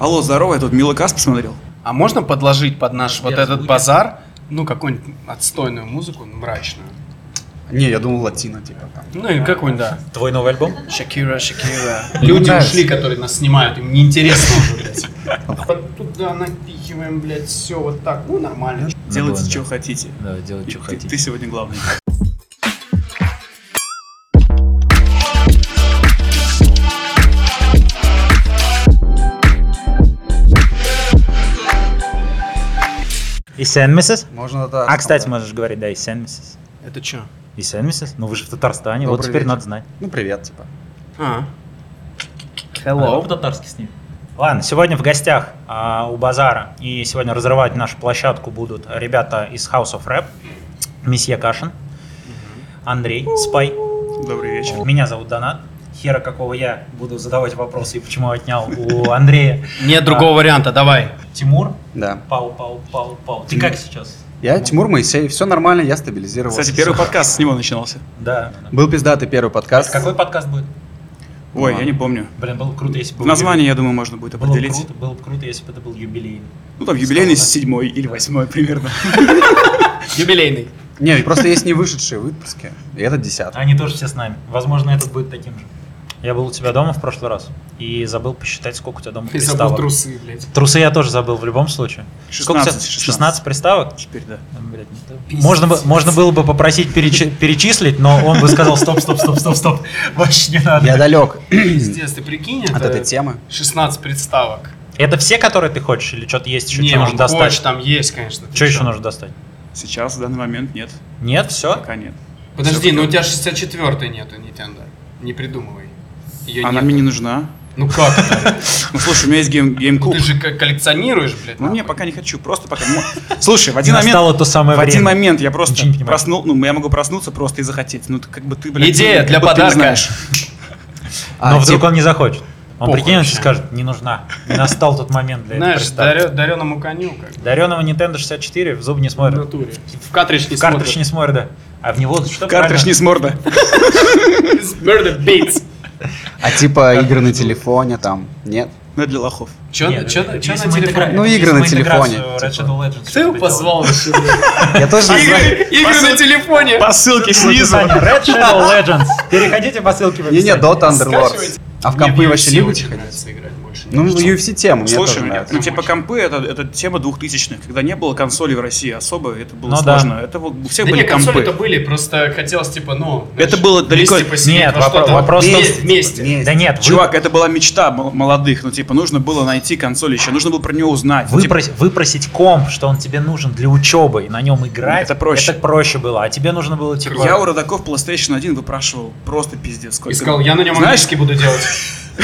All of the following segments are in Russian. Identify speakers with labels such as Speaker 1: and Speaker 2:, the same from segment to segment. Speaker 1: Алло, здорово, я тут Милокас посмотрел.
Speaker 2: А можно подложить под наш вот
Speaker 3: Сбер
Speaker 2: этот
Speaker 3: звуки.
Speaker 2: базар, ну, какую-нибудь отстойную музыку, ну, мрачную?
Speaker 4: Не, я думал латина, типа там.
Speaker 2: Ну, и какую-нибудь, да.
Speaker 3: Твой новый альбом?
Speaker 2: Шакира, Шакира. Люди
Speaker 4: нравится.
Speaker 2: ушли, которые нас снимают, им неинтересно уже, блядь. Туда напихиваем, блядь, все вот так, ну, нормально.
Speaker 1: Делайте,
Speaker 3: ладно.
Speaker 1: что хотите.
Speaker 3: Да, делать,
Speaker 1: И
Speaker 3: что
Speaker 1: ты-
Speaker 3: хотите.
Speaker 1: Ты сегодня главный.
Speaker 5: И сен миссис?
Speaker 4: Можно да.
Speaker 5: А, кстати, можешь говорить, да, и сен миссис.
Speaker 2: Это что?
Speaker 5: И сен миссис? Ну вы же в Татарстане, вот
Speaker 4: Добрый
Speaker 5: теперь
Speaker 4: вечер.
Speaker 5: надо знать.
Speaker 4: Ну, привет, типа.
Speaker 2: А.
Speaker 3: Алло,
Speaker 2: Hello.
Speaker 3: по-татарски с ним.
Speaker 5: Ладно, сегодня в гостях а, у Базара, и сегодня разрывать нашу площадку будут ребята из House of Rap, месье Кашин, Андрей, Спай,
Speaker 1: Добрый вечер.
Speaker 5: меня зовут Донат, хера какого я буду задавать вопросы и почему отнял у Андрея,
Speaker 2: Нет другого варианта, давай.
Speaker 5: Тимур,
Speaker 4: Да.
Speaker 5: пау, пау, пау, пау, ты как сейчас?
Speaker 4: Я Тимур Моисеев, все нормально, я стабилизировался.
Speaker 1: Кстати, первый подкаст с него начинался.
Speaker 5: Да.
Speaker 4: Был пиздатый первый подкаст.
Speaker 5: Какой подкаст будет?
Speaker 1: Ой, я
Speaker 4: Ладно.
Speaker 1: не помню.
Speaker 5: Блин, было бы круто, если
Speaker 1: В
Speaker 5: бы... был
Speaker 1: названии, я думаю, можно будет
Speaker 5: юбилей. Было бы
Speaker 1: определить.
Speaker 5: круто- Было бы круто, если бы это был юбилей.
Speaker 1: Ну, там юбилейный
Speaker 5: Сказано.
Speaker 1: седьмой или восьмой примерно.
Speaker 2: Юбилейный.
Speaker 4: Не, просто есть не вышедшие выпуски. И это десятый.
Speaker 5: Они тоже все с нами. Возможно, этот будет таким же. Я был у тебя дома в прошлый раз и забыл посчитать, сколько у тебя дома
Speaker 2: И
Speaker 5: приставок.
Speaker 2: забыл трусы, блядь.
Speaker 5: Трусы я тоже забыл в любом случае. Сколько у тебя?
Speaker 1: 16,
Speaker 5: 16 приставок?
Speaker 1: Теперь, да.
Speaker 5: Блядь, ну это- Можно, бы- можно было бы попросить перечи- перечислить, но он бы сказал, стоп, стоп, стоп, стоп, стоп, больше не надо.
Speaker 4: Я далек
Speaker 2: Пиздец, ты прикинь,
Speaker 4: от этой
Speaker 2: это
Speaker 4: темы.
Speaker 2: 16 представок.
Speaker 5: Это все, которые ты хочешь, или что-то есть еще,
Speaker 2: Не,
Speaker 5: что нужно
Speaker 2: он
Speaker 5: достать?
Speaker 2: хочет, там есть, конечно. ты
Speaker 5: Что еще
Speaker 2: чё?
Speaker 5: нужно достать?
Speaker 1: Сейчас, в данный момент, нет.
Speaker 5: Нет, все?
Speaker 1: Пока нет.
Speaker 2: Подожди,
Speaker 1: Всё
Speaker 2: ну у
Speaker 1: круто.
Speaker 2: тебя 64-й нету, Nintendo. Не придумывай. Её
Speaker 1: Она
Speaker 2: нет.
Speaker 1: мне не нужна.
Speaker 2: Ну как это? Ну
Speaker 1: Ну, слушай, у меня есть гейм- гейм-клуб.
Speaker 2: Ты же ко- коллекционируешь, блядь.
Speaker 1: Ну, мне
Speaker 2: нахуй.
Speaker 1: пока не хочу, просто пока... мо- Слушай, в один момент...
Speaker 5: Настало то самое
Speaker 1: В
Speaker 5: время.
Speaker 1: один момент я просто
Speaker 5: Ничего не понимаю.
Speaker 1: проснул, ну, я могу проснуться просто и захотеть. Ну, ты как бы ты, блядь,
Speaker 2: Идея
Speaker 1: как
Speaker 2: для
Speaker 1: бы ты не
Speaker 2: подарка.
Speaker 1: знаешь.
Speaker 4: А,
Speaker 5: Но вдруг
Speaker 4: типа,
Speaker 5: он не захочет. Он
Speaker 2: Похуй
Speaker 5: прикинь, он
Speaker 2: вообще.
Speaker 5: сейчас скажет, не нужна. Не настал тот момент для этой
Speaker 2: Знаешь,
Speaker 5: приставки.
Speaker 2: дареному коню как бы.
Speaker 5: Дареного Nintendo 64 в зуб не
Speaker 2: В
Speaker 5: смотрит.
Speaker 2: натуре. В картридж Ну, не
Speaker 5: В картридж не
Speaker 2: смотрит.
Speaker 5: смотрит, да. А в него что
Speaker 1: Картридж не
Speaker 5: правильно?
Speaker 1: с морда.
Speaker 2: Murder Beats.
Speaker 4: а типа игры на телефоне там нет?
Speaker 1: Ну, это для лохов.
Speaker 2: Чё
Speaker 5: Нет,
Speaker 2: чё-
Speaker 5: ну, это-
Speaker 2: чё
Speaker 5: если
Speaker 2: на
Speaker 5: мы
Speaker 2: телефоне?
Speaker 5: интегра-
Speaker 4: Ну, игры
Speaker 5: если мы
Speaker 4: на телефоне,
Speaker 5: интеграцию Red
Speaker 4: типа.
Speaker 5: Shadow
Speaker 2: Кто
Speaker 5: Legends
Speaker 2: его
Speaker 5: что-нибудь делаем.
Speaker 2: позвал вообще, блядь?
Speaker 4: Я тоже не знаю.
Speaker 2: А Игры на телефоне.
Speaker 1: По ссылке снизу.
Speaker 5: Описание. Red Shadow Legends. Переходите по ссылке в описании.
Speaker 4: Не, не, Dota Underlords.
Speaker 2: Скачивайте.
Speaker 4: А в
Speaker 2: Мне
Speaker 4: компы
Speaker 2: UFC
Speaker 4: вообще любите
Speaker 2: очень
Speaker 4: ходить?
Speaker 2: нравится играть больше.
Speaker 4: Ну, в UFC тему, мне
Speaker 1: Слушай,
Speaker 4: тоже
Speaker 1: ну,
Speaker 4: нравится.
Speaker 1: ну, типа
Speaker 2: Очень.
Speaker 1: компы это, это тема двухтысячных, когда не было консолей в России особо, это было
Speaker 5: Ну да.
Speaker 1: сложно. Это вот у всех
Speaker 2: Да
Speaker 1: были
Speaker 2: не, консоли-то
Speaker 1: компы.
Speaker 2: были, просто хотелось, типа, ну...
Speaker 1: Это
Speaker 2: знаешь,
Speaker 1: было далеко-
Speaker 2: вместе посидеть
Speaker 5: Нет,
Speaker 2: во
Speaker 5: вопро-
Speaker 2: что-то.
Speaker 5: вопрос в том,
Speaker 2: Вместе, Вместе.
Speaker 4: Вместе.
Speaker 5: Да нет, вы-
Speaker 1: Чувак, это была мечта мол- молодых, ну типа нужно было найти консоль еще, нужно было про нее узнать. Ну, типа,
Speaker 5: выпрос- выпросить комп, что он тебе нужен для учебы, и на нем играть,
Speaker 1: Это проще.
Speaker 5: это проще было. А тебе нужно было типа...
Speaker 1: я у родаков PlayStation 1 выпрашивал просто пиздец.
Speaker 2: И
Speaker 1: Сколько...
Speaker 2: сказал, я на нем
Speaker 1: Знаешь,
Speaker 2: английский буду делать.
Speaker 4: У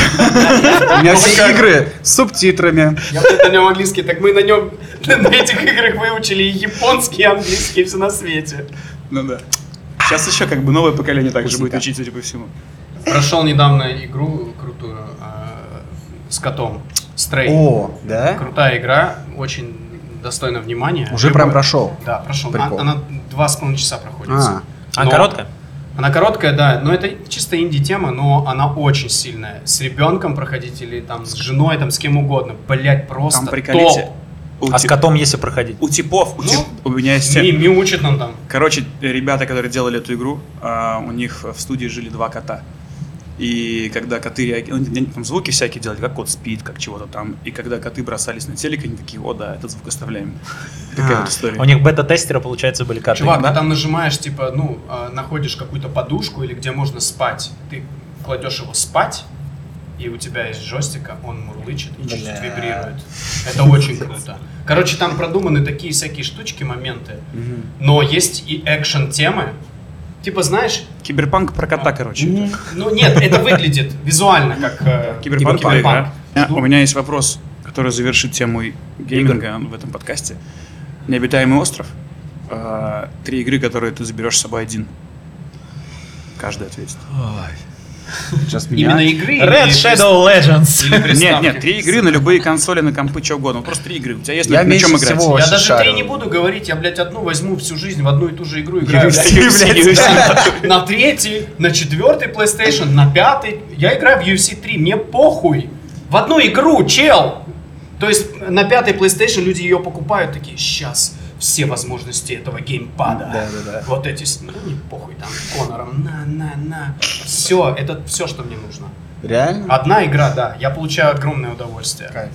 Speaker 4: меня все игры с субтитрами.
Speaker 2: Я вот на нем английский, так мы на нем на этих играх выучили и японский, и английский, и все на свете.
Speaker 1: Ну да. Сейчас еще как бы новое поколение также будет
Speaker 4: Вкусненько.
Speaker 1: учить, судя по всему.
Speaker 2: Прошел недавно игру крутую э, с котом. Стрей.
Speaker 4: О, да?
Speaker 2: Крутая игра, очень достойна внимания.
Speaker 4: Уже
Speaker 2: Любой-
Speaker 4: прям прошел.
Speaker 2: Да, прошел.
Speaker 4: Прикол.
Speaker 2: Она два с половиной часа проходит.
Speaker 4: А,
Speaker 5: А
Speaker 2: Но-
Speaker 5: короткая?
Speaker 2: Она короткая, да, но это чисто инди-тема, но она очень сильная. С ребенком проходить или там с женой, там с кем угодно. Блять, просто
Speaker 1: Там приколите.
Speaker 2: топ.
Speaker 1: У,
Speaker 5: А с
Speaker 1: ти-
Speaker 5: котом если проходить?
Speaker 1: у типов, у,
Speaker 2: Ну,
Speaker 1: тип- у меня есть
Speaker 2: Ми,
Speaker 1: те-
Speaker 2: ми учат нам там.
Speaker 1: Короче, ребята, которые делали эту игру, а, у них в студии жили два кота. И когда коты реаги- ну, они там звуки всякие делали, как кот спит, как чего-то там. И когда коты бросались на телек, они такие, о да, этот звук оставляем. Такая
Speaker 4: А,
Speaker 1: вот история.
Speaker 5: У них бета-тестеры, получается, были коты.
Speaker 2: Чувак, ты там нажимаешь, типа, ну, э, находишь какую-то подушку или где можно спать. Ты кладешь его спать, и у тебя есть жестика, он мурлычет и чуть-чуть вибрирует. Это очень круто. Короче, там продуманы такие всякие штучки, моменты. Но есть и экшен-темы. Типа, знаешь,
Speaker 1: Киберпанк про кота, короче. это.
Speaker 2: ну нет, это выглядит визуально как э,
Speaker 1: Киберпанк, это игра.
Speaker 2: Киберпанк.
Speaker 1: У меня- У меня есть вопрос, который завершит тему и- гейминга в этом подкасте. Необитаемый остров. А, Три игры, которые ты заберешь с собой один. Каждый ответит.
Speaker 4: сейчас меня.
Speaker 2: Именно игры.
Speaker 5: Red
Speaker 2: или
Speaker 5: Shadow Legends.
Speaker 2: прист- или
Speaker 1: Нет,
Speaker 2: приставки.
Speaker 1: нет, три игры на любые консоли, на компы, что угодно. Вот Просто три игры. У тебя есть
Speaker 4: Я
Speaker 1: на, на чем
Speaker 4: меньше
Speaker 1: играть.
Speaker 4: всего.
Speaker 2: Я
Speaker 4: Очень
Speaker 2: даже три
Speaker 4: шарю.
Speaker 2: не буду говорить, я, блядь, одну возьму всю жизнь в одну и ту же игру играю. блядь. На третий, на четвертый PlayStation, на пятый. Я играю в UFC 3, мне похуй. В одну игру, чел! То есть на пятой PlayStation люди ее покупают такие, сейчас все возможности этого геймпада.
Speaker 4: Да, да, да.
Speaker 2: Вот эти, с- ну не похуй там, Конором, на, на, на. Все, это все, что мне нужно.
Speaker 4: Реально?
Speaker 2: Одна игра, да, я получаю огромное удовольствие.
Speaker 4: Кайф.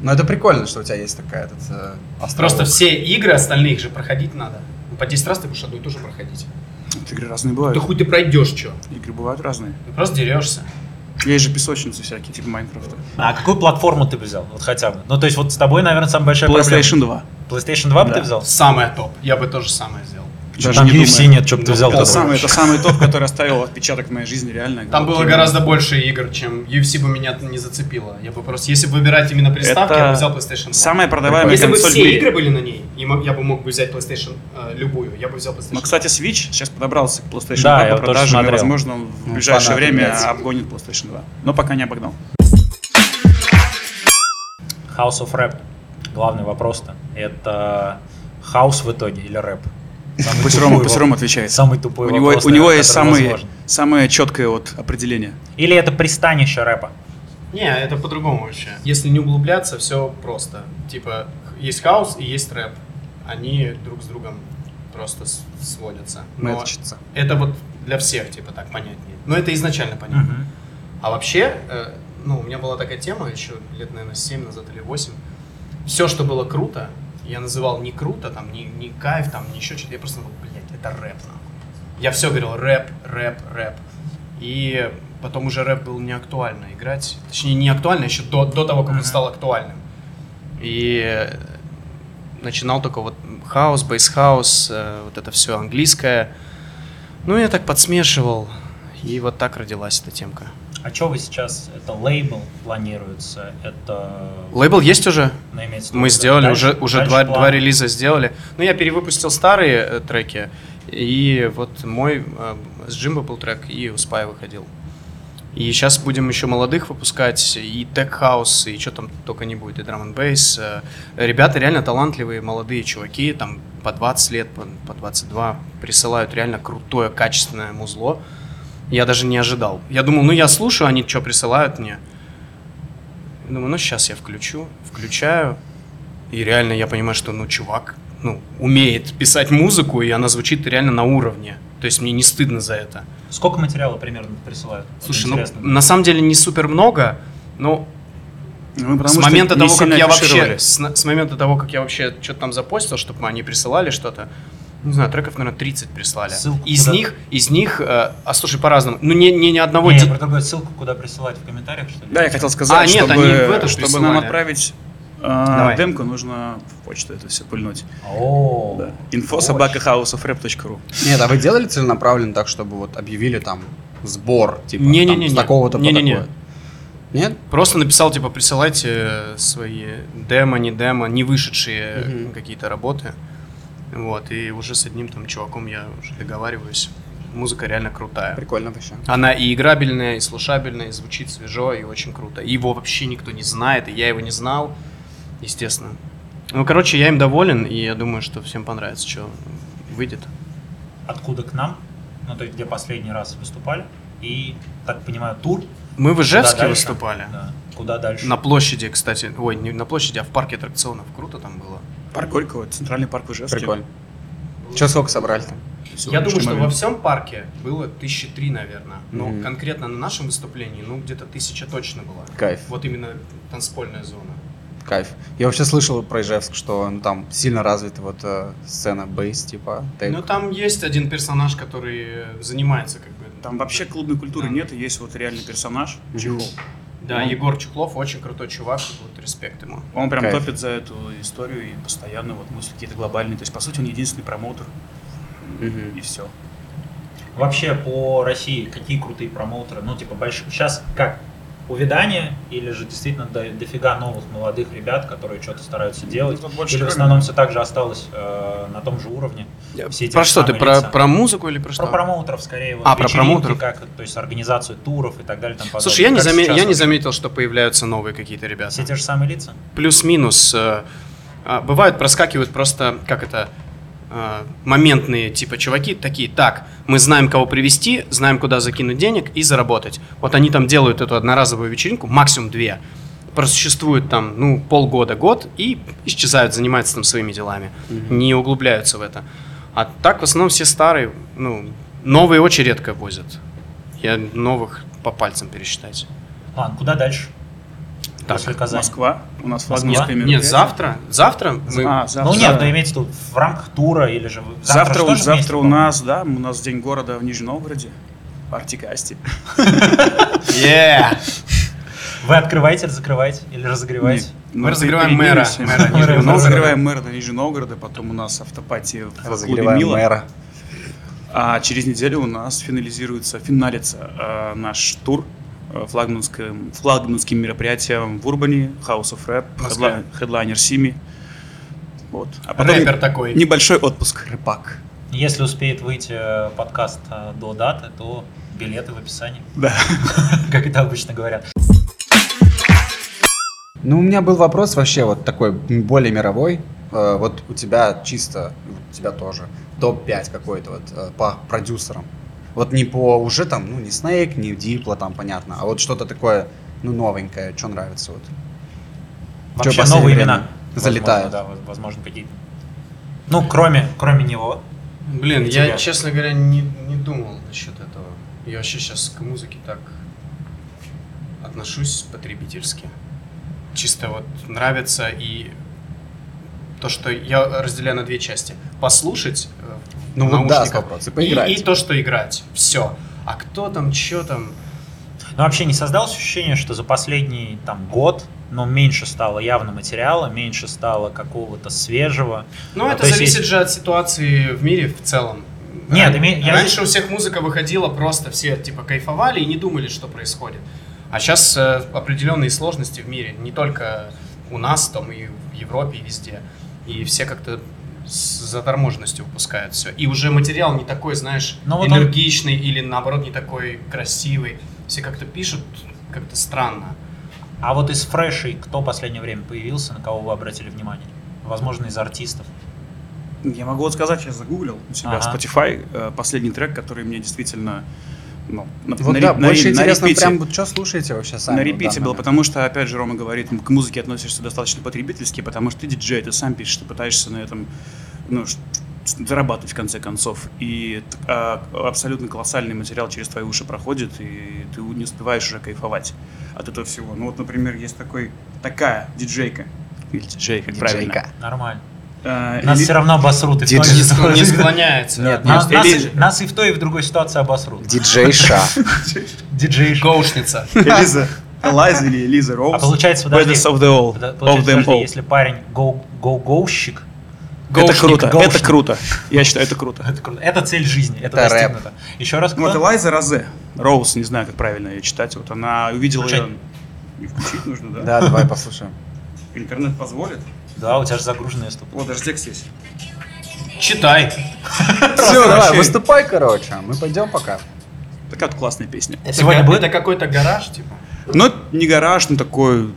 Speaker 4: Ну это прикольно, что у тебя есть такая этот э, островок.
Speaker 2: Просто все игры остальные их же проходить надо. Ну, По 10 раз ты будешь одну и ту же проходить.
Speaker 1: Игры разные бывают.
Speaker 2: Да хуй ты пройдешь, что?
Speaker 1: Игры бывают разные.
Speaker 2: Ты просто дерешься.
Speaker 1: Есть же песочницы всякие, типа Майнкрафта.
Speaker 5: А какую платформу ты бы взял? Вот хотя бы. Ну, то есть, вот с тобой, наверное, самая большая
Speaker 1: PlayStation 2.
Speaker 5: проблема. PlayStation 2 бы
Speaker 1: Да.
Speaker 5: ты взял?
Speaker 2: Самое топ. Я бы тоже самое сделал.
Speaker 1: Даже
Speaker 5: Там
Speaker 1: не
Speaker 5: UFC
Speaker 1: думаю.
Speaker 5: нет, что бы ты взял?
Speaker 1: Это
Speaker 5: тогда?
Speaker 1: самый, это самый топ, который оставил отпечаток в моей жизни, реально. Типа,
Speaker 2: Там было
Speaker 1: Вот,
Speaker 2: гораздо больше игр, чем UFC бы меня не зацепило. Я бы просто, если бы выбирать именно приставки,
Speaker 1: Это
Speaker 2: я бы взял PlayStation 2.
Speaker 1: Самая продаваемая
Speaker 2: Если бы
Speaker 1: консоль
Speaker 2: все
Speaker 1: мире.
Speaker 2: игры были на ней, и мо- я бы мог бы взять PlayStation э, любую, я бы взял PlayStation.
Speaker 1: Но, Ну, кстати, Switch сейчас подобрался к PlayStation
Speaker 5: Да,
Speaker 1: 2
Speaker 5: я
Speaker 1: по
Speaker 5: вот тоже
Speaker 1: продажам, и,
Speaker 5: смотрел.
Speaker 1: возможно, он в
Speaker 4: Ну,
Speaker 1: ближайшее
Speaker 4: фанаты,
Speaker 1: время
Speaker 4: блядь.
Speaker 1: обгонит PlayStation 2. Но пока не обогнал.
Speaker 5: House of Rap. Главный вопрос-то. Это хаус в итоге или рэп? Самый
Speaker 1: Пусть
Speaker 5: тупой
Speaker 1: Рома,
Speaker 5: вопрос.
Speaker 1: пусть Рома отвечает.
Speaker 5: Самый тупой
Speaker 1: У него,
Speaker 5: вопрос,
Speaker 1: у него
Speaker 5: наверное,
Speaker 1: есть
Speaker 5: который
Speaker 1: самые,
Speaker 5: возможен.
Speaker 1: самое четкое вот определение.
Speaker 5: Или это пристанище рэпа?
Speaker 2: Не, это по-другому вообще. Если не углубляться, все просто. Типа, есть хаос и есть рэп. Они друг с другом просто с- сводятся. Но
Speaker 4: Мэтчится.
Speaker 2: это вот для всех, типа, так понятнее. Но это изначально понятно.
Speaker 5: Мгм.
Speaker 2: А вообще, э, ну, у меня была такая тема еще лет, наверное, 7 назад или 8. Все, что было круто, я называл не круто, там, не, не кайф, там, не еще что-то. Я просто думал, блядь, это рэп, нахуй. Я все говорил рэп, рэп, рэп. И потом уже рэп был не актуально играть. Точнее, не актуально еще до, до того, как он
Speaker 5: Мгм.
Speaker 2: стал актуальным. И э, начинал только вот хаос, бейс-хаус, э, вот это все английское. Ну, я так подсмешивал. И вот так родилась эта темка.
Speaker 5: А что вы сейчас? Это лейбл планируется? Это...
Speaker 2: Лейбл есть уже?
Speaker 5: ну, имеется в виду,
Speaker 2: Мы
Speaker 5: да,
Speaker 2: сделали
Speaker 5: дальше-
Speaker 2: уже, уже
Speaker 5: дальше
Speaker 2: два,
Speaker 5: план.
Speaker 2: два релиза сделали. Ну, я перевыпустил старые э, треки, и вот мой э, с Джимбо был трек, и у Спая выходил. И сейчас будем еще молодых выпускать, и Tech House, и что там только не будет, и Drum and Bass. э. Ребята реально талантливые, молодые чуваки, там по 20 лет, по, по 22, присылают реально крутое, качественное музло. Я даже не ожидал. Я думал, ну я слушаю, они что присылают мне. Думаю, ну сейчас я включу, включаю. И реально я понимаю, что, ну, чувак, ну, умеет писать музыку, и она звучит реально на уровне. То есть мне не стыдно за это.
Speaker 5: Сколько материала примерно присылают? Вот
Speaker 2: Слушай,
Speaker 5: интересно.
Speaker 2: ну, на самом деле не супер много, но
Speaker 1: Ну, потому
Speaker 2: с
Speaker 1: что
Speaker 2: момента
Speaker 1: не
Speaker 2: того, как
Speaker 1: сильно
Speaker 2: я вообще...
Speaker 1: афишировали.
Speaker 2: С, на- с момента того, как я вообще что-то там запостил, чтобы они присылали что-то, не знаю, треков, наверное, 30 прислали.
Speaker 5: Ссылку
Speaker 2: из
Speaker 5: куда?
Speaker 2: них, из них, э, а слушай, по-разному. Ну, не, не, ни одного...
Speaker 5: Не,
Speaker 2: ди-
Speaker 5: я про другую ссылку, куда присылать в комментариях, что ли?
Speaker 1: Да, я хотел сказать,
Speaker 2: А, нет,
Speaker 1: чтобы,
Speaker 2: они в эту
Speaker 1: чтобы
Speaker 2: присылали.
Speaker 1: нам отправить э,
Speaker 2: Давай.
Speaker 1: демку, нужно в почту это все пыльнуть.
Speaker 5: О,
Speaker 1: Да. Info собака houseofrap.ru
Speaker 4: Нет, а вы делали целенаправленно так, чтобы вот объявили там сбор, типа
Speaker 2: Не-не-не-не.
Speaker 4: там, с такого-то по
Speaker 2: Не-не-не.
Speaker 4: такое? Нет?
Speaker 2: Просто написал, типа, присылайте э, свои демо, не демо, не вышедшие
Speaker 4: Мгм.
Speaker 2: какие-то работы. Вот, и уже с одним там чуваком я уже договариваюсь. Музыка реально крутая.
Speaker 4: Прикольно вообще.
Speaker 2: Она и играбельная, и слушабельная, и звучит свежо, и очень круто. И Его вообще никто не знает, и я его не знал, естественно. Ну, короче, я им доволен, и я думаю, что всем понравится, что выйдет.
Speaker 5: откуда к нам? Ну, то есть, где последний раз выступали? И, так понимаю, тур?
Speaker 2: Мы в Ижевске
Speaker 5: Куда дальше?
Speaker 2: выступали.
Speaker 5: Да. Куда дальше?
Speaker 2: На площади, кстати. Ой, не на площади, а в парке аттракционов. Круто там было.
Speaker 1: Парк Горького, центральный парк в Ижевске.
Speaker 4: Прикольно. Че, сколько собрали-то?
Speaker 1: Всё,
Speaker 2: Я думаю,
Speaker 1: лишний
Speaker 2: что во
Speaker 1: момент.
Speaker 2: всем парке было тысячи три, наверное. Но
Speaker 4: Мгм.
Speaker 2: конкретно на нашем выступлении, ну, где-то тысяча точно была.
Speaker 4: Кайф,
Speaker 2: Вот именно танцпольная зона.
Speaker 4: кайф. Я вообще слышал про Ижевск, что ну, там сильно развита вот э, сцена бейс, типа, тейк.
Speaker 2: Ну, там есть один персонаж, который э, занимается как бы...
Speaker 1: Там вообще клубной культуры
Speaker 2: Да.
Speaker 1: нет, и есть вот реальный персонаж,
Speaker 4: Мгм.
Speaker 1: Чехол.
Speaker 2: Да,
Speaker 4: Ну.
Speaker 2: Егор Чехлов, очень крутой чувак, вот респект ему.
Speaker 1: Он прям
Speaker 4: Кайф.
Speaker 1: топит за эту историю и постоянно вот мысли какие-то глобальные. То есть, по сути, он единственный промоутер,
Speaker 4: Мгм.
Speaker 1: и все.
Speaker 5: Вообще по России какие крутые промоутеры? Ну, типа, больш... сейчас как? Увядание или же действительно до- дофига новых молодых ребят, которые что-то стараются делать?
Speaker 1: Ну, тут больше
Speaker 5: или в
Speaker 1: рынка.
Speaker 5: основном все так же осталось э, на том же уровне? Все эти
Speaker 2: Про что ты?
Speaker 5: самые
Speaker 2: Про,
Speaker 5: лица.
Speaker 2: про музыку или про что?
Speaker 5: Про промоутеров скорее. вот,
Speaker 2: А, про
Speaker 5: вечеринки
Speaker 2: промоутеров?
Speaker 5: Как, то есть организацию туров и так далее. Там,
Speaker 2: Слушай, я не,
Speaker 5: подобное.
Speaker 2: заме-
Speaker 5: Как сейчас
Speaker 2: я не
Speaker 5: вот
Speaker 2: заметил, что появляются новые какие-то ребята.
Speaker 5: Все те же самые лица?
Speaker 2: плюс-минус. э, а, Бывают, проскакивают просто, как это, э, моментные типа чуваки такие, так, мы знаем, кого привести, знаем, куда закинуть денег и заработать. Вот они там делают эту одноразовую вечеринку, максимум две. просуществуют там, ну, полгода, год и исчезают, занимаются там своими делами, не углубляются в это. А так в основном все старые, ну, новые очень редко возят. Я новых по пальцам пересчитать.
Speaker 5: Ладно, куда дальше?
Speaker 2: Так,
Speaker 5: После Казани.
Speaker 1: Москва. У нас
Speaker 5: Москва?
Speaker 1: флагманское
Speaker 2: Нет,
Speaker 1: мероприятие.
Speaker 2: завтра, завтра мы...
Speaker 1: А, завтра.
Speaker 5: Ну нет, ну имеется в виду в рамках тура или же вы-
Speaker 1: Завтра,
Speaker 5: же
Speaker 1: у-
Speaker 5: тоже вместе,
Speaker 1: завтра у
Speaker 5: по-моему?
Speaker 1: нас, да, у нас день города в Нижнем Новгороде. В Артикасте.
Speaker 2: Yeah!
Speaker 5: Вы открываете, закрываете или разогреваете?
Speaker 1: Ну,
Speaker 2: Мы
Speaker 1: ты
Speaker 2: разогреваем
Speaker 1: перед ними
Speaker 2: мэра.
Speaker 1: все.
Speaker 2: Мэра
Speaker 5: Нижнего
Speaker 1: Мы
Speaker 5: Новгорода.
Speaker 1: разогреваем мэра на Нижнего Новгорода, потом у нас автопатия в клубе
Speaker 4: Разогреваем
Speaker 1: Мила.
Speaker 4: мэра.
Speaker 1: А через неделю у нас финализируется, финалится э, наш тур э, флагманским, флагманским мероприятием в Урбане, House of Rap,
Speaker 2: Москве.
Speaker 1: Headliner Сими. Вот. А потом
Speaker 2: Рэпер такой.
Speaker 1: небольшой отпуск, рыбак.
Speaker 5: Если успеет выйти э, подкаст э, до даты, то билеты в описании,
Speaker 1: Да.
Speaker 5: как это обычно говорят.
Speaker 4: Ну, у меня был вопрос вообще вот такой м, более мировой. Э, Вот у тебя чисто, у тебя тоже, топ-5 какой-то вот э, по продюсерам. Вот не по уже там, ну, не Snake, не Дипло там, понятно, а вот что-то такое, ну, новенькое, что нравится вот.
Speaker 5: Вообще
Speaker 4: последнее
Speaker 5: новые
Speaker 4: время
Speaker 5: имена.
Speaker 4: залетают?
Speaker 5: Возможно, да, воз- возможно, какие-то. Ну, кроме, кроме него.
Speaker 2: Блин,
Speaker 5: И
Speaker 2: я,
Speaker 5: тебя.
Speaker 2: честно говоря, не, не думал насчет этого. Я вообще сейчас к музыке так отношусь потребительски. Чисто вот нравится и то, что я разделяю на две части. Послушать э, в
Speaker 4: Ну, вот да,
Speaker 2: наушниках
Speaker 4: 100%, и
Speaker 2: и,
Speaker 4: поиграть.
Speaker 2: и то, что играть. Все. А кто там, что там?
Speaker 5: Но вообще не создалось ощущение, что за последний там год, но меньше стало явно материала, меньше стало какого-то свежего.
Speaker 2: Ну,
Speaker 5: А
Speaker 2: это
Speaker 5: то есть
Speaker 2: зависит
Speaker 5: есть-
Speaker 2: же от ситуации в мире в целом.
Speaker 5: Нет,
Speaker 2: Ран-
Speaker 5: име- я-
Speaker 2: Раньше у всех музыка выходила просто, все типа кайфовали и не думали, что происходит. А сейчас определенные сложности в мире, не только у нас, там и в Европе, и везде. И все как-то с заторможенностью выпускают все. И уже материал не такой, знаешь,
Speaker 5: Ну, вот он-
Speaker 2: энергичный или наоборот не такой красивый. Все как-то пишут как-то странно.
Speaker 5: А вот из фрешей кто в последнее время появился, на кого вы обратили внимание? Возможно, из артистов.
Speaker 1: Я могу вот сказать, я загуглил у себя в
Speaker 5: Ага.
Speaker 1: Spotify э, последний трек, который мне действительно ну, на,
Speaker 4: Вот
Speaker 1: на
Speaker 4: да,
Speaker 1: ре- на
Speaker 4: больше
Speaker 1: ре- на
Speaker 4: интересно
Speaker 1: репите.
Speaker 4: прям, вот что слушаете вообще сами?
Speaker 1: на
Speaker 4: вот в
Speaker 1: репите
Speaker 4: данный
Speaker 1: был,
Speaker 4: момент?
Speaker 1: потому что, опять же, Рома говорит, м, к музыке относишься достаточно потребительски, потому что ты диджей, ты сам пишешь, ты пытаешься на этом ну, ш- зарабатывать в конце концов. И т- а, абсолютно колоссальный материал через твои уши проходит, и ты у- не успеваешь уже кайфовать от этого всего. Ну вот, например, есть такой, такая диджейка. Или диджей, как правильно.
Speaker 4: Диджейка.
Speaker 5: Нормально.
Speaker 1: А,
Speaker 5: Нас
Speaker 1: Эли-
Speaker 5: все равно обосрут. и в той, и в
Speaker 4: Диджей.
Speaker 5: другой.
Speaker 2: Не склоняется.
Speaker 4: Нет,
Speaker 5: Нас-
Speaker 1: Нет,
Speaker 5: нас
Speaker 1: или-
Speaker 5: и- Нас и в той, и в другой ситуации обосрут.
Speaker 4: Диджейша.
Speaker 5: Диджей.
Speaker 2: Гоушница.
Speaker 1: Элиза. Элайза или Элиза Роуз.
Speaker 5: А получается, подожди,
Speaker 1: Baddest of the all.
Speaker 5: пода-
Speaker 1: Of
Speaker 5: получается,
Speaker 1: them
Speaker 5: подожди,
Speaker 1: all.
Speaker 5: если парень гоу- гоу-гоущик,
Speaker 1: Это круто, это
Speaker 5: гоушник.
Speaker 1: круто. Я считаю, это круто.
Speaker 5: это круто. Это цель жизни, это,
Speaker 4: Это рэп.
Speaker 5: достигнуто. Еще раз
Speaker 1: Ну,
Speaker 5: кто?
Speaker 1: вот Элайза Розе, Роуз, не знаю, как правильно ее читать, вот она увидела
Speaker 5: Включай.
Speaker 1: ее... И включить нужно, да?
Speaker 4: Да, давай послушаем.
Speaker 1: Интернет позволит.
Speaker 5: Да, у тебя же загруженная ступа.
Speaker 1: Вот, даже текст есть.
Speaker 2: Читай.
Speaker 4: Все, давай,
Speaker 1: вообще.
Speaker 4: выступай, короче. а Мы пойдем пока.
Speaker 1: Такая вот классная песня.
Speaker 5: Сегодня
Speaker 2: ка-
Speaker 5: будет?
Speaker 2: это какой-то гараж, типа.
Speaker 1: Ну, это не гараж, ну такой...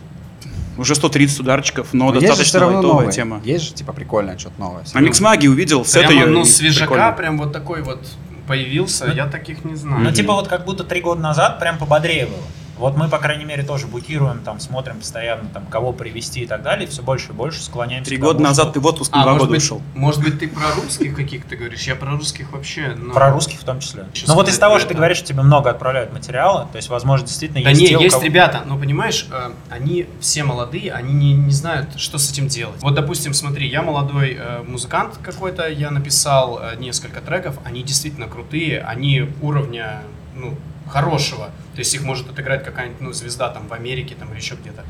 Speaker 1: Уже 130 ударчиков, но,
Speaker 4: Но есть же все
Speaker 1: Ну, достаточно
Speaker 4: равно
Speaker 1: лайтовая
Speaker 4: новые.
Speaker 1: тема.
Speaker 4: Есть же, типа, прикольное что-то новое.
Speaker 1: А Микс Маги увидел, сет
Speaker 2: Прямо,
Speaker 1: ее...
Speaker 2: ну,
Speaker 1: и
Speaker 2: свежака
Speaker 1: прикольно.
Speaker 2: прям вот такой вот появился, я таких не знаю.
Speaker 5: Ну, типа вот как будто три года назад прям пободрее было. Вот мы, по крайней мере, тоже букируем, там, смотрим постоянно, там, кого привести и так далее, и все больше и больше склоняемся.
Speaker 1: Три
Speaker 5: к
Speaker 1: года
Speaker 5: тому,
Speaker 1: назад ты
Speaker 5: что
Speaker 1: в отпуск на
Speaker 2: а,
Speaker 1: два
Speaker 2: может
Speaker 1: года
Speaker 2: быть,
Speaker 1: ушел.
Speaker 2: может быть, ты про русских каких-то говоришь? Я про русских вообще, ну...
Speaker 5: Про русских в том числе.
Speaker 2: Чё
Speaker 5: Ну вот
Speaker 2: сказать
Speaker 5: из того,
Speaker 2: про
Speaker 5: что ты
Speaker 2: это?
Speaker 5: говоришь, что тебе много отправляют материала, то есть, возможно, действительно
Speaker 2: Да
Speaker 5: есть
Speaker 2: не,
Speaker 5: те, у
Speaker 2: есть
Speaker 5: кого-
Speaker 2: ребята, но понимаешь, э, они все молодые, они не, не знают, что с этим делать. Вот, допустим, смотри, я молодой э, музыкант какой-то, я написал э, несколько треков, они действительно крутые, они уровня, ну, хорошего. То есть их может отыграть какая-нибудь, ну, звезда там в Америке там или еще где-то,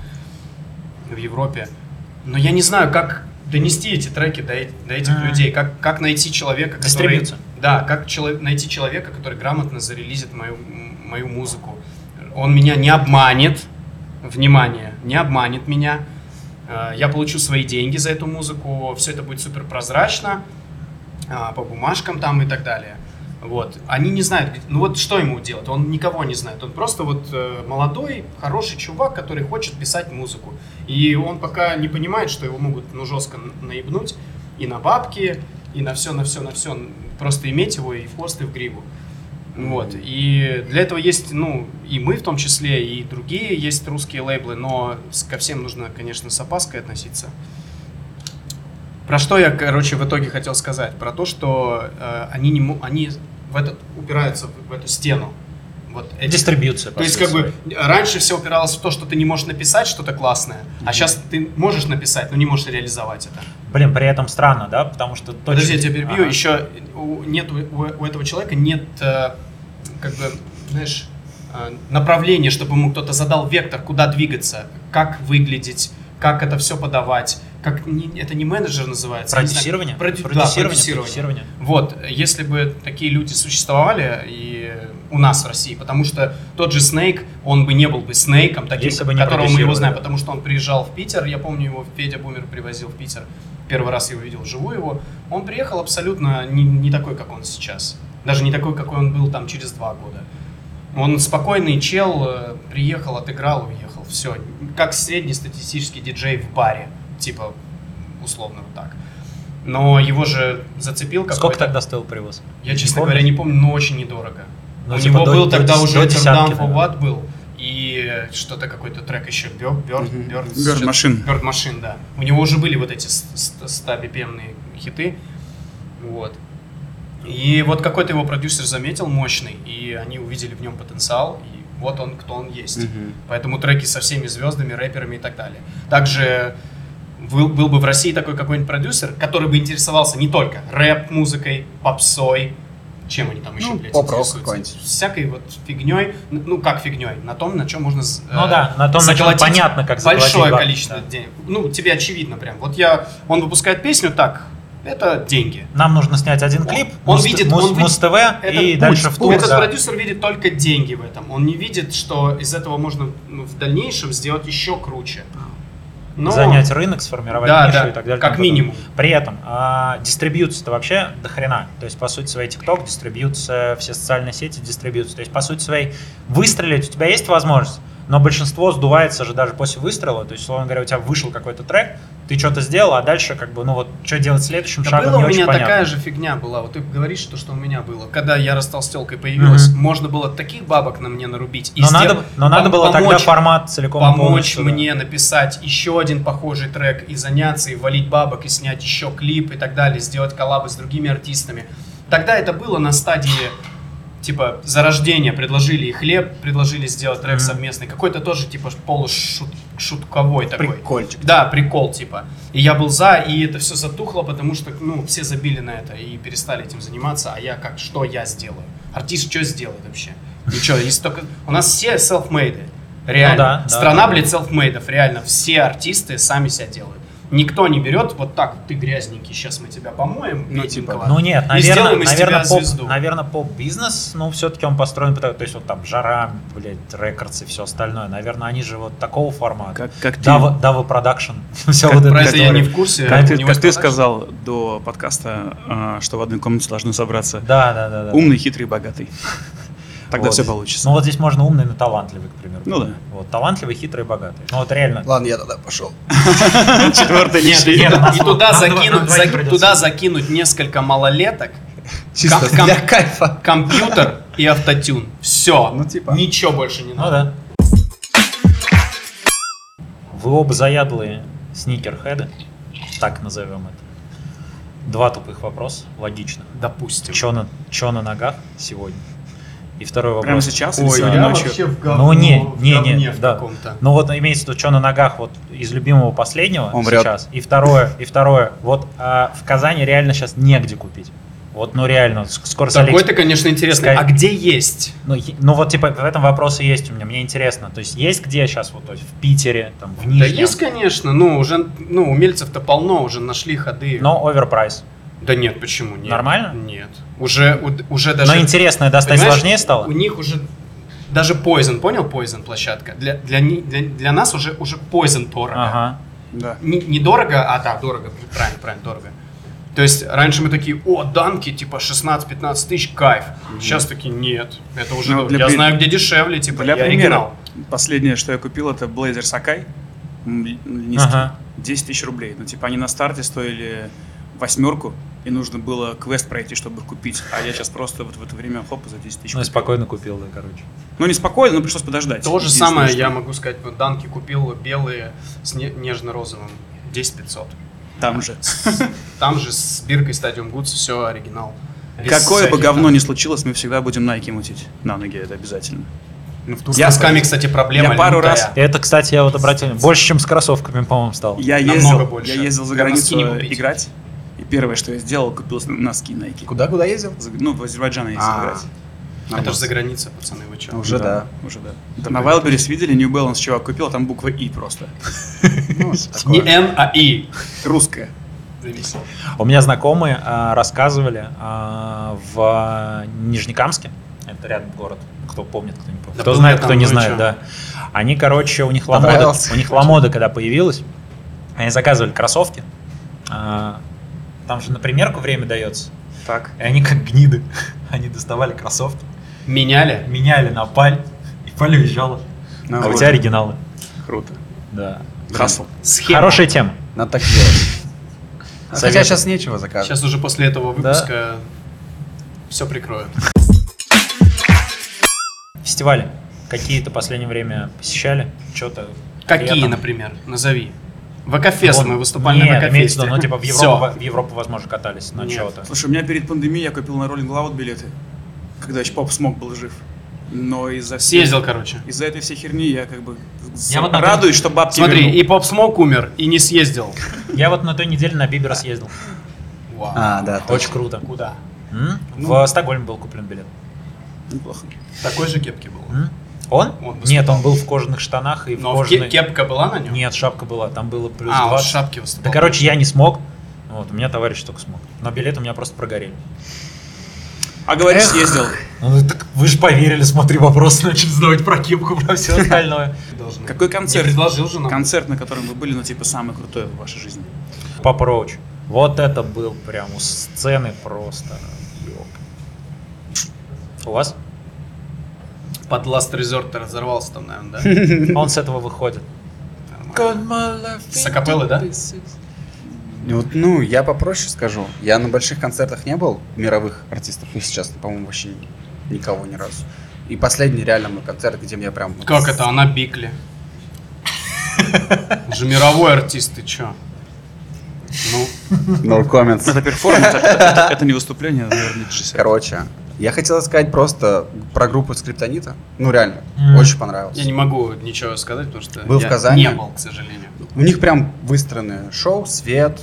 Speaker 2: в Европе. Но я не знаю, как донести эти треки до, э- до этих
Speaker 5: Мгм.
Speaker 2: людей, как, как найти человека, который...
Speaker 5: Дистрибьюция.
Speaker 2: Да, как чело- найти человека, который грамотно зарелизит мою, м, мою музыку. Он меня не обманет, внимание, не обманет меня. Э, Я получу свои деньги за эту музыку, все это будет супер прозрачно, э, по бумажкам там и так далее. Вот. Они не знают, где- ну вот что ему делать, он никого не знает. Он просто вот э, молодой, хороший чувак, который хочет писать музыку. И он пока не понимает, что его могут ну, жестко н- наебнуть и на бабки, и на все, на все, на все. Просто иметь его и в хвост, и в гриву. Вот. И для этого есть, ну, и мы в том числе, и другие есть русские лейблы, но с- ко всем нужно, конечно, с опаской относиться. Про что я, короче, в итоге хотел сказать? Про то, что э, они, не, мо- они в этот, упираются в, в эту стену. Вот эти-
Speaker 5: Дистрибьюция. по
Speaker 2: то есть,
Speaker 5: сути
Speaker 2: как бы,
Speaker 5: своей.
Speaker 2: раньше все упиралось в то, что ты не можешь написать что-то классное, а сейчас ты можешь написать, но не можешь реализовать это.
Speaker 5: Блин, при этом странно, да? Потому что точно...
Speaker 2: Подожди, я тебя перебью.
Speaker 5: Ага.
Speaker 2: Еще у, нет, у, у этого человека нет, э, как бы, знаешь, э, направления, чтобы ему кто-то задал вектор, куда двигаться, как выглядеть, как это все подавать. Как, не- это не менеджер называется. я не знаю.
Speaker 5: Продюсирование?
Speaker 2: Продю- да,
Speaker 5: Продюсирование,
Speaker 2: продюсирование.
Speaker 5: продюсирование.
Speaker 2: Вот, если бы такие люди существовали и у нас в России, потому что тот же Снейк, он бы не был бы Снейком, таким,
Speaker 5: Если бы не
Speaker 2: которого мы его
Speaker 5: продюсировали.
Speaker 2: знаем, потому что он приезжал в Питер, я помню его, Федя Бумер привозил в Питер, первый раз я увидел живую его, он приехал абсолютно не, не такой, как он сейчас, даже не такой, какой он был там через два года. Он спокойный чел, э, приехал, отыграл, уехал, все, как среднестатистический диджей в баре, типа, условно вот так. Но его же зацепил какой-то...
Speaker 5: Сколько тогда стоил привоз?
Speaker 2: Я, честно
Speaker 5: помню.
Speaker 2: говоря, не помню, но очень недорого.
Speaker 5: Ну,
Speaker 2: У
Speaker 5: типа
Speaker 2: него
Speaker 5: до-
Speaker 2: был
Speaker 5: до
Speaker 2: тогда
Speaker 5: дес-
Speaker 2: уже
Speaker 5: до
Speaker 2: Turn
Speaker 5: десятки,
Speaker 2: Down for
Speaker 5: да.
Speaker 2: What был, и э, что-то какой-то трек еще Bird, Bird,
Speaker 4: Мгм.
Speaker 2: Bird,
Speaker 1: Bird Machine.
Speaker 2: Bird Machine, да. У него уже были вот эти с- с- 100 BPM-ные хиты, вот. И вот какой-то его продюсер заметил мощный, и они увидели в нем потенциал, и вот он, кто он есть.
Speaker 4: Мгм.
Speaker 2: Поэтому треки со всеми звездами, рэперами и так далее. Также был, был бы в России такой какой-нибудь продюсер, который бы интересовался не только рэп-музыкой, попсой, чем они там еще,
Speaker 4: Ну,
Speaker 2: блядь,
Speaker 4: поп-рок
Speaker 2: интересуются.
Speaker 4: какой-нибудь.
Speaker 2: Всякой вот фигней, ну как фигней, на том, на чем можно з-
Speaker 5: Ну
Speaker 2: э,
Speaker 5: да, на том, на чем
Speaker 2: заколотить
Speaker 5: понятно, как заколотить
Speaker 2: большое
Speaker 5: бабки,
Speaker 2: количество
Speaker 5: да.
Speaker 2: денег. Ну, тебе очевидно прям. Вот я, он выпускает песню так, это деньги.
Speaker 5: Нам нужно снять один
Speaker 2: Он-
Speaker 5: клип,
Speaker 2: он
Speaker 5: Муз-
Speaker 2: видит-
Speaker 5: Муз-
Speaker 2: он видит-
Speaker 5: Муз-ТВ
Speaker 2: Этот
Speaker 5: и
Speaker 2: путь,
Speaker 5: дальше в тур.
Speaker 2: Этот
Speaker 5: да.
Speaker 2: продюсер видит только деньги в этом. Он не видит, что из этого можно ну, в дальнейшем сделать еще круче. Но-
Speaker 5: Занять рынок, сформировать
Speaker 2: ну, да,
Speaker 5: нишу
Speaker 2: да,
Speaker 5: и так далее. и тому
Speaker 2: как
Speaker 5: подобное.
Speaker 2: минимум.
Speaker 5: При этом а, дистрибьюция-то вообще до хрена. То есть, по сути своей, TikTok, дистрибьюция, все социальные сети, дистрибьюция. То есть, по сути своей, выстрелить у тебя есть возможность, но большинство сдувается же даже после выстрела. То есть, условно говоря, у тебя вышел какой-то трек, ты что-то сделал, а дальше как бы, ну вот, что делать следующим
Speaker 2: Да
Speaker 5: шагом
Speaker 2: было
Speaker 5: не
Speaker 2: у
Speaker 5: очень
Speaker 2: меня
Speaker 5: понятно.
Speaker 2: такая же фигня была. Вот ты говоришь, что, что у меня было. Когда я растолстелкой появилась,
Speaker 5: Мгм.
Speaker 2: можно было таких бабок на мне нарубить. И
Speaker 5: но
Speaker 2: сдел-
Speaker 5: надо, но надо
Speaker 2: пом-
Speaker 5: было тогда
Speaker 2: помочь-
Speaker 5: формат целиком и
Speaker 2: помочь
Speaker 5: полностью, да.
Speaker 2: мне написать еще один похожий трек и заняться, и валить бабок, и снять еще клип и так далее, сделать коллабы с другими артистами. Тогда это было на стадии типа зарождения, предложили и хлеб, предложили сделать трек
Speaker 5: Мгм.
Speaker 2: совместный, какой-то тоже типа полушутковой такой.
Speaker 4: Прикольчик.
Speaker 2: Да, прикол, типа. И я был за, и это все затухло, потому что, ну, все забили на это и перестали этим заниматься, а я как, что я сделаю? Артист что сделает вообще? Ничего, если только... У нас все селфмейды, реально.
Speaker 5: Ну да, да.
Speaker 2: Страна, блядь, селфмейдов, реально. Все артисты сами себя делают. Никто не берет, вот так, ты грязненький, сейчас мы тебя помоем,
Speaker 4: Ну,
Speaker 2: бедненького».
Speaker 4: типа,
Speaker 5: Ну нет,
Speaker 2: И
Speaker 5: наверное,
Speaker 2: сделаем из тебя
Speaker 5: наверное, поп,
Speaker 2: звезду.
Speaker 5: наверное, поп-бизнес, ну, все-таки он построен, потому- то есть вот там жара, блядь, рекордс и все остальное. Наверное, они же вот такого формата.
Speaker 1: Как, как ты,
Speaker 5: Дава Дава продакшн. Все
Speaker 1: Как
Speaker 5: вот
Speaker 2: Про
Speaker 5: это.
Speaker 2: это я
Speaker 1: который-
Speaker 2: не в
Speaker 4: э,
Speaker 2: курсе.
Speaker 1: как ты,
Speaker 2: у него
Speaker 1: как
Speaker 2: есть
Speaker 1: ты
Speaker 2: продакшн.
Speaker 1: сказал до подкаста, а, что в одной комнате должны собраться
Speaker 5: Да, да, да. да.
Speaker 1: умный, хитрый, богатый. Тогда
Speaker 5: Вот.
Speaker 1: все получится.
Speaker 5: Ну вот здесь можно умный, но талантливый, к примеру.
Speaker 1: Ну да.
Speaker 5: Вот талантливый, хитрый, богатый. Ну вот реально.
Speaker 4: Ладно, я тогда пошел.
Speaker 1: Четвертый
Speaker 2: Нет,
Speaker 1: лишний.
Speaker 5: Ну, нет,
Speaker 2: и туда-
Speaker 5: нас-
Speaker 2: и туда
Speaker 5: нам
Speaker 2: закинуть-
Speaker 5: двоим
Speaker 2: заки-
Speaker 5: придется.
Speaker 2: туда закинуть несколько малолеток,
Speaker 4: Чисто
Speaker 2: Кам-
Speaker 4: для
Speaker 2: кам-
Speaker 4: кайфа.
Speaker 2: компьютер и автотюн. Все.
Speaker 4: Ну, типа.
Speaker 2: Ничего больше не
Speaker 5: Ну
Speaker 2: надо.
Speaker 5: да. Вы оба заядлые сникерхеды, так назовем это. Два тупых вопроса, логичных.
Speaker 2: Допустим.
Speaker 5: Че на, чё на ногах сегодня? И второй вопрос.
Speaker 1: Прямо сейчас или
Speaker 2: Ой,
Speaker 1: сегодня
Speaker 2: я
Speaker 1: ночью?
Speaker 2: вообще в
Speaker 5: Ну,
Speaker 2: говно,
Speaker 5: не,
Speaker 2: в
Speaker 5: не,
Speaker 2: говне
Speaker 5: не,
Speaker 2: в
Speaker 5: да.
Speaker 2: каком-то.
Speaker 5: Ну вот имеется в виду, что на ногах вот из любимого последнего
Speaker 4: Он врет.
Speaker 5: сейчас. И второе, и второе, вот а, в Казани реально сейчас негде купить. Вот, ну реально, с- скоро с
Speaker 2: Такой
Speaker 5: Алиэкспресс-
Speaker 2: ты, конечно, интересный.
Speaker 5: Скай-
Speaker 2: А где есть?
Speaker 5: ну, е- ну вот типа в этом вопросы есть у меня, мне интересно. То есть есть где сейчас вот, то есть в Питере, там в Нижнем.
Speaker 2: Да есть, конечно, ну уже, ну умельцев-то полно, уже нашли ходы.
Speaker 5: Но оверпрайс.
Speaker 2: Да нет, почему нет?
Speaker 5: Нормально?
Speaker 2: Нет. Уже, у- уже даже.
Speaker 5: Но интересное достать
Speaker 2: понимаешь,
Speaker 5: сложнее
Speaker 2: У
Speaker 5: стало.
Speaker 2: них уже даже Poison, понял, Poison площадка. Для для ни- для, для нас уже уже Poison дорого.
Speaker 5: Ага.
Speaker 1: Да.
Speaker 2: Не, не дорого, а да, дорого, правильно, правильно, дорого. То есть раньше мы такие, о, данки, типа 16-15 тысяч, кайф. Сейчас такие, нет, это уже,
Speaker 1: Ну,
Speaker 2: дорого.
Speaker 1: для
Speaker 2: я
Speaker 1: при-
Speaker 2: знаю, где дешевле, типа,
Speaker 1: Для
Speaker 2: я
Speaker 1: примера,
Speaker 2: оригинал.
Speaker 1: последнее, что я купил, это Blazer Sakai. М, Низкий.
Speaker 5: Ага.
Speaker 1: 10 тысяч рублей. Ну, типа, они на старте стоили восьмерку, и нужно было квест пройти, чтобы их купить. А я сейчас просто вот в это время хоп, за 10 тысяч.
Speaker 5: Ну и спокойно купил, да, короче.
Speaker 1: Ну, не спокойно, но пришлось подождать.
Speaker 2: То же
Speaker 1: Единственное,
Speaker 2: самое
Speaker 1: что
Speaker 2: я могу сказать. Вот Данки купил белые с не- нежно-розовым. 10 500.
Speaker 1: Там же.
Speaker 2: Там же с биркой Stadium Goods все оригинал. Без
Speaker 1: Какое бы
Speaker 2: всяких
Speaker 1: говно
Speaker 2: там.
Speaker 1: ни случилось, мы всегда будем Nike мутить на ноги, это обязательно.
Speaker 4: Ну, в
Speaker 2: С
Speaker 4: Турции-
Speaker 2: носками, кстати, проблема.
Speaker 1: Я пару
Speaker 2: лютая.
Speaker 1: раз-
Speaker 5: И Это, кстати, я вот обратил внимание, больше, чем с кроссовками, по-моему, стало.
Speaker 1: Я
Speaker 2: Намного
Speaker 1: ездил,
Speaker 2: больше.
Speaker 1: я ездил за
Speaker 2: Для
Speaker 1: границу
Speaker 2: носки не купить.
Speaker 1: играть, и первое, что я сделал, купил с- носки Nike.
Speaker 4: Куда, куда ездил?
Speaker 1: За- Ну, в Азербайджан я ездил
Speaker 4: А,
Speaker 1: играть.
Speaker 2: Это же за граница, пацаны, вы че?
Speaker 4: Уже да.
Speaker 1: Ну, Уже да. Там на Wildberries видели, New Balance чувак купил, а там буква И просто. Ну, такое.
Speaker 2: Не Н, а И.
Speaker 1: Русская.
Speaker 2: Зависит.
Speaker 5: У меня знакомые а, рассказывали а, в Нижнекамске, это рядом город, кто помнит, кто не помнит.
Speaker 2: Да
Speaker 5: кто
Speaker 2: был
Speaker 5: знает,
Speaker 2: я
Speaker 5: кто
Speaker 2: там,
Speaker 5: не
Speaker 2: ну и
Speaker 5: знает,
Speaker 2: чё?
Speaker 5: да. Они, короче, у них ламода,
Speaker 4: Понравился.
Speaker 5: у них ламода, когда появилась, они заказывали кроссовки, а, там же на примерку время дается,
Speaker 1: Так.
Speaker 5: и они как гниды, они доставали кроссовки,
Speaker 2: Меняли?
Speaker 5: меняли на паль, и паль уезжала.
Speaker 1: Ну,
Speaker 5: а у
Speaker 1: вот.
Speaker 5: тебя оригиналы.
Speaker 1: Круто.
Speaker 5: Да.
Speaker 1: Хасл.
Speaker 2: Схема.
Speaker 5: Хорошая тема.
Speaker 4: Надо так делать. А Хотя
Speaker 5: Советую.
Speaker 4: сейчас нечего заказывать.
Speaker 2: Сейчас уже после этого выпуска все прикрою.
Speaker 5: Фестивали. Какие-то в последнее время посещали? Что-то
Speaker 2: Какие, например? Назови. ВК-фест, мы выступали
Speaker 5: Нет,
Speaker 2: на
Speaker 5: имеется в
Speaker 2: ВК-фесте.
Speaker 5: виду, ну, типа, в Европу, в Европу, возможно, катались на
Speaker 2: Нет.
Speaker 5: чего-то.
Speaker 1: Слушай, у меня перед пандемией я купил на Rolling Loud билеты, когда еще Поп Смог был жив. Но из-за всей-
Speaker 2: Съездил, короче.
Speaker 1: Из-за этой всей херни я как бы с-
Speaker 5: Я вот на-
Speaker 1: радуюсь, что бабки
Speaker 2: Смотри,
Speaker 1: вернул.
Speaker 2: и Поп Смок умер, и не съездил.
Speaker 5: Я вот на той неделе на Бибера съездил.
Speaker 2: Вау.
Speaker 4: А, да. точно.
Speaker 5: Очень круто.
Speaker 2: Куда?
Speaker 5: М?
Speaker 2: Ну.
Speaker 5: В Стокгольм был куплен билет.
Speaker 1: Неплохо.
Speaker 2: В такой же кепке был.
Speaker 5: М? Он?
Speaker 2: Он выступал.
Speaker 5: Нет, он был в кожаных штанах Ну, и в
Speaker 2: Но в
Speaker 5: кожаной...
Speaker 2: ке- кепка была на нем?
Speaker 5: Нет, шапка была, там было плюс
Speaker 2: А, он в
Speaker 5: 20.
Speaker 2: шапке выступал.
Speaker 5: Да, короче, я не смог. Вот, у меня товарищ только смог. Но билеты у меня просто прогорели.
Speaker 1: А говоришь,
Speaker 4: Эх.
Speaker 1: съездил.
Speaker 5: Ну, так вы же поверили, смотри, вопрос начали задавать про кепку, про все остальное.
Speaker 2: Должны.
Speaker 1: Какой
Speaker 2: Не
Speaker 1: концерт?
Speaker 2: предложил же нам.
Speaker 1: Концерт, на котором вы были, ну, типа, самый крутой в вашей жизни.
Speaker 5: Папа Роуч. Вот это был прям у сцены просто. ёп. У вас?
Speaker 2: Под Last Resort ты разорвался там, наверное, да?
Speaker 5: Он с этого выходит.
Speaker 2: Нормально. С акапеллы, да?
Speaker 4: Вот, ну, я попроще скажу. Я на больших концертах не был, мировых артистов, и сейчас, по-моему, вообще ни- никого ни разу. И последний реально мой концерт, где мне прям... вот
Speaker 2: Как это? Она Бикли. Он же мировой артист, ты чё? Ну,
Speaker 4: No comments.
Speaker 1: Это перформанс, это- это это не выступление, наверное, режиссер.
Speaker 4: Короче, я хотел сказать просто про группу Скриптонита. Ну, реально,
Speaker 5: Мгм.
Speaker 4: очень понравилось.
Speaker 2: я не могу ничего сказать, потому что
Speaker 4: Был в
Speaker 2: я
Speaker 4: Казани?
Speaker 2: не был, к сожалению.
Speaker 4: У них прям выстроены шоу, свет,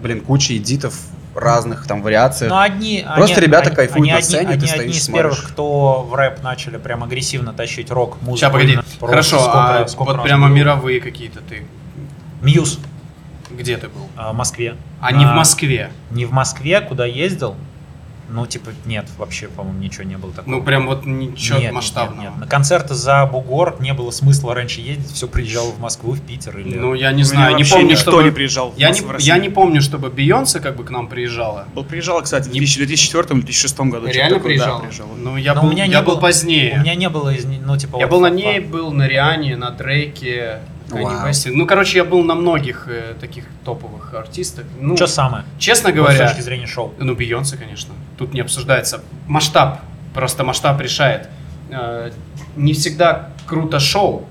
Speaker 4: блин, куча эдитов разных там вариаций.
Speaker 5: Но одни,
Speaker 4: Просто
Speaker 5: они-
Speaker 4: ребята
Speaker 5: они-
Speaker 4: кайфуют
Speaker 5: они
Speaker 4: на
Speaker 5: одни-
Speaker 4: сцене, ты
Speaker 5: они
Speaker 4: стоишь,
Speaker 5: одни из
Speaker 4: смотришь.
Speaker 5: первых, кто в рэп начали прям агрессивно тащить рок, музыку.
Speaker 2: Сейчас, погоди.
Speaker 5: именно про
Speaker 2: Хорошо,
Speaker 5: Ну, сколько-
Speaker 2: а
Speaker 5: сколько
Speaker 2: вот
Speaker 5: раз
Speaker 2: прямо
Speaker 5: было.
Speaker 2: мировые какие-то ты.
Speaker 5: Мьюз
Speaker 2: Где ты был?
Speaker 5: а, в Москве.
Speaker 2: А не в
Speaker 5: А.
Speaker 2: Москве.
Speaker 5: Не в Москве, куда ездил. Ну, типа, нет, вообще, по-моему, ничего не было такого.
Speaker 2: Ну, прям вот ничего
Speaker 5: Нет, нет,
Speaker 2: масштабного.
Speaker 5: нет, нет. На концерты за Бугор не было смысла раньше ездить, все приезжало в Москву, в Питер или...
Speaker 2: Ну, я
Speaker 1: У
Speaker 2: не знаю,
Speaker 1: меня
Speaker 2: не
Speaker 1: вообще
Speaker 2: помню,
Speaker 1: никто
Speaker 2: чтобы...
Speaker 1: не приезжал.
Speaker 2: я,
Speaker 1: в
Speaker 2: не,
Speaker 1: Россию.
Speaker 2: я не помню, чтобы Бейонсе как бы к нам приезжала.
Speaker 1: Вот приезжала, кстати, в
Speaker 2: Не-
Speaker 1: 2004-2006 году. что-то
Speaker 2: Реально
Speaker 1: такое,
Speaker 2: приезжала?
Speaker 1: Да, приезжала.
Speaker 2: Ну, я,
Speaker 5: Но
Speaker 2: был,
Speaker 5: у меня
Speaker 2: я
Speaker 5: не
Speaker 2: был
Speaker 5: было-
Speaker 2: позднее.
Speaker 5: У меня не было, из, ну, типа...
Speaker 2: Я
Speaker 5: вот
Speaker 2: был на
Speaker 5: фа-
Speaker 2: ней, был на Риане, на Треке, Kanye
Speaker 4: Вау.
Speaker 2: West. Ну, короче, я был на многих э, таких топовых артистах. Ну,
Speaker 5: Что самое?
Speaker 2: честно
Speaker 5: Вот С
Speaker 2: говоря,
Speaker 5: точки зрения шоу.
Speaker 2: ну, Бейонсе, конечно, тут не обсуждается. Масштаб, просто масштаб решает. Э, Не всегда круто шоу.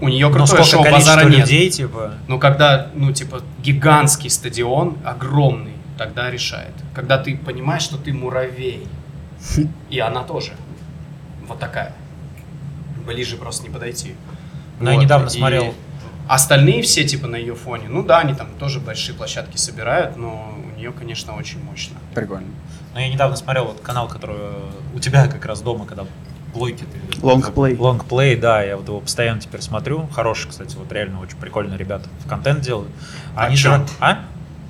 Speaker 2: У нее
Speaker 5: Но
Speaker 2: крутое
Speaker 5: Ну, сколько
Speaker 2: шоу,
Speaker 5: количество
Speaker 2: базара нет.
Speaker 5: людей, типа...
Speaker 2: Но когда, ну, типа, гигантский стадион, огромный, тогда решает. Когда ты понимаешь, что ты муравей. И она тоже. Вот такая. Ближе просто не подойти.
Speaker 5: Ну, я
Speaker 2: Вот,
Speaker 5: недавно
Speaker 2: и
Speaker 5: смотрел
Speaker 2: Остальные все, типа, на ее фоне, ну да, они там тоже большие площадки собирают, но у нее, конечно, очень мощно.
Speaker 4: Прикольно.
Speaker 5: Но Ну, я недавно смотрел вот канал, который э, у тебя как раз дома, когда плойки ты...
Speaker 1: Лонгплей.
Speaker 5: Лонгплей, да, я вот его постоянно теперь смотрю. Хороший, кстати, вот реально очень прикольно ребята в контент делают.
Speaker 2: О
Speaker 5: Они
Speaker 2: чём?
Speaker 5: же... А?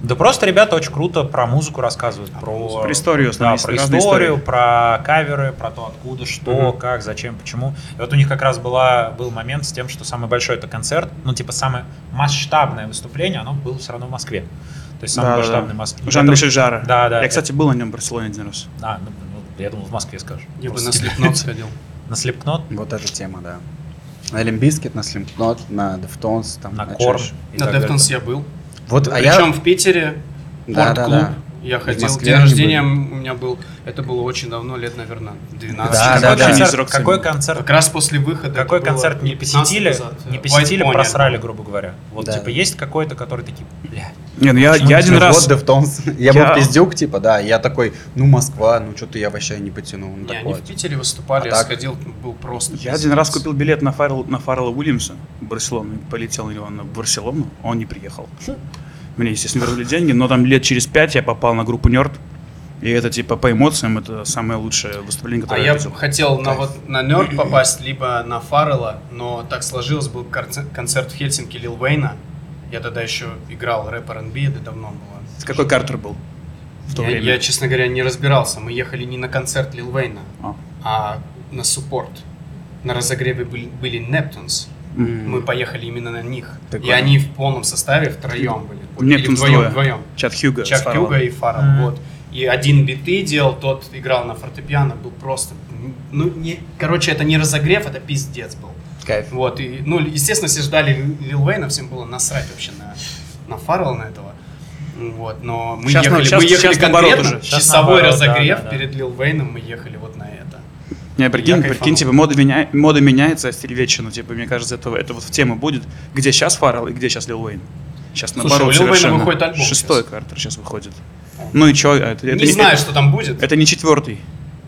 Speaker 5: Да просто ребята очень круто про музыку рассказывают, про...
Speaker 1: Про историю,
Speaker 5: Да,
Speaker 1: основные-
Speaker 5: про
Speaker 1: разные
Speaker 5: историю,
Speaker 1: истории.
Speaker 5: про каверы, про то, откуда, что,
Speaker 2: Мгм.
Speaker 5: как, зачем, почему. И вот у них как раз была, был момент с тем, что самый большой это концерт, ну, типа, самое масштабное выступление, оно было все равно в Москве. То есть самый
Speaker 1: Да, да,
Speaker 5: масштабный
Speaker 1: да.
Speaker 5: Москве.
Speaker 1: Жан-Мишель Жара.
Speaker 5: Да, да.
Speaker 1: Я, кстати, был на нем в Барселоне один раз.
Speaker 5: А, ну, ну, я думал, в Москве скажешь.
Speaker 2: Я бы
Speaker 5: Просто
Speaker 2: на
Speaker 5: тебе-
Speaker 2: Slipknot сходил.
Speaker 5: На Slipknot,
Speaker 4: Вот эта тема, да. На Лимбискет, на Слимкнот, на Дефтонс, там,
Speaker 5: на
Speaker 4: А чё
Speaker 5: Корм.
Speaker 4: ещё.
Speaker 5: и
Speaker 2: На
Speaker 5: так далее.
Speaker 2: Deftones я был.
Speaker 4: Вот, а я...
Speaker 2: Причем в Питере,
Speaker 4: Да, да,
Speaker 2: Порт-клуб.
Speaker 4: да.
Speaker 2: Я ходил,
Speaker 4: Москве
Speaker 2: день
Speaker 4: они
Speaker 2: рождения у меня был, это было очень давно, лет, наверное, 12.
Speaker 5: Да,
Speaker 1: Какой
Speaker 5: да, А, да.
Speaker 1: концерт-
Speaker 5: Концерт- Какой концерт,
Speaker 2: А Как раз после выхода.
Speaker 5: какой
Speaker 2: это было
Speaker 5: концерт не
Speaker 2: 15
Speaker 5: посетили,
Speaker 2: назад,
Speaker 5: не
Speaker 2: э,
Speaker 5: посетили,
Speaker 2: White Pony.
Speaker 5: просрали, грубо говоря. Вот,
Speaker 4: Да.
Speaker 5: типа, есть какой-то, который такие, бля,
Speaker 1: Не, ну я,
Speaker 5: Почему
Speaker 1: я
Speaker 5: ты
Speaker 1: один
Speaker 5: не
Speaker 1: раз...
Speaker 4: Вот Deftones. Я был
Speaker 1: Я-
Speaker 4: пиздюк, типа, да. Я такой, ну, Москва, ну, что-то я вообще не потянул. Ну,
Speaker 2: Не, они
Speaker 4: такое.
Speaker 2: в Питере выступали,
Speaker 4: А
Speaker 2: я
Speaker 4: так?
Speaker 2: сходил, был просто.
Speaker 1: Я
Speaker 2: пиздец.
Speaker 1: один раз купил билет на Фаррелла, на Фаррелла Уильямса в Барселону. Полетел на него на Барселону, а он не приехал. Мне, естественно, вернули деньги, но там лет через пять я попал на группу Нерд. И это типа по эмоциям, это самое лучшее выступление,
Speaker 2: А
Speaker 1: которое я
Speaker 2: я
Speaker 1: видел.
Speaker 2: хотел на вот на Нерд попасть, либо на Фаррелла, но так сложилось, был концерт концерт в Хельсинки Лил Уэйна. Я тогда еще играл рэп R&B, это давно было.
Speaker 1: Какой Картер был в то
Speaker 2: я,
Speaker 1: время?
Speaker 2: я, честно говоря, не разбирался. Мы ехали не на концерт Лил Уэйна,
Speaker 1: А.
Speaker 2: а на суппорт. На разогреве были, были Нептунс.
Speaker 1: М.
Speaker 2: Мы поехали именно на них. И
Speaker 4: Прикольно.
Speaker 2: они в полном составе втроем были. Или
Speaker 1: Нептунс
Speaker 2: вдвоем,
Speaker 1: двое.
Speaker 2: вдвоем.
Speaker 1: Чат Хьюга. с
Speaker 2: Чак
Speaker 1: Фарреллом.
Speaker 2: Юга и Фаррелл,
Speaker 5: Мгм.
Speaker 2: вот. И один биты делал, тот играл на фортепиано, был просто... Ну, не, короче, это не разогрев, это пиздец был.
Speaker 4: Кайф.
Speaker 2: Вот, и, ну, естественно, все ждали Лил- Лил Уэйна, всем было насрать вообще на, на Фаррелла, на этого. Вот, но мы
Speaker 1: Щас, ну,
Speaker 2: ехали,
Speaker 1: щас-
Speaker 2: мы ехали
Speaker 1: щас наоборот
Speaker 2: конкретно,
Speaker 1: уже.
Speaker 5: Щас
Speaker 2: часовой
Speaker 5: наоборот, да,
Speaker 2: разогрев
Speaker 5: да, да.
Speaker 2: перед Лил Уэйном мы ехали вот на это.
Speaker 1: Не, прикинь,
Speaker 2: Я
Speaker 1: прикинь,
Speaker 2: кайфанул.
Speaker 1: типа мода, меня- мода меняется, а стиль вечен. Ну, Типа, мне кажется, это, это вот в тему будет, где сейчас Фаррелл и где сейчас Лил Уэйн. Сейчас
Speaker 2: Слушай,
Speaker 1: наоборот
Speaker 2: у Лил Уэйна
Speaker 1: совершенно.
Speaker 2: выходит альбом
Speaker 1: Шестой
Speaker 2: щас.
Speaker 1: Картер сейчас выходит. Ну и чё? а Это, это
Speaker 2: не знаю, что там будет.
Speaker 1: Это, это не четвертый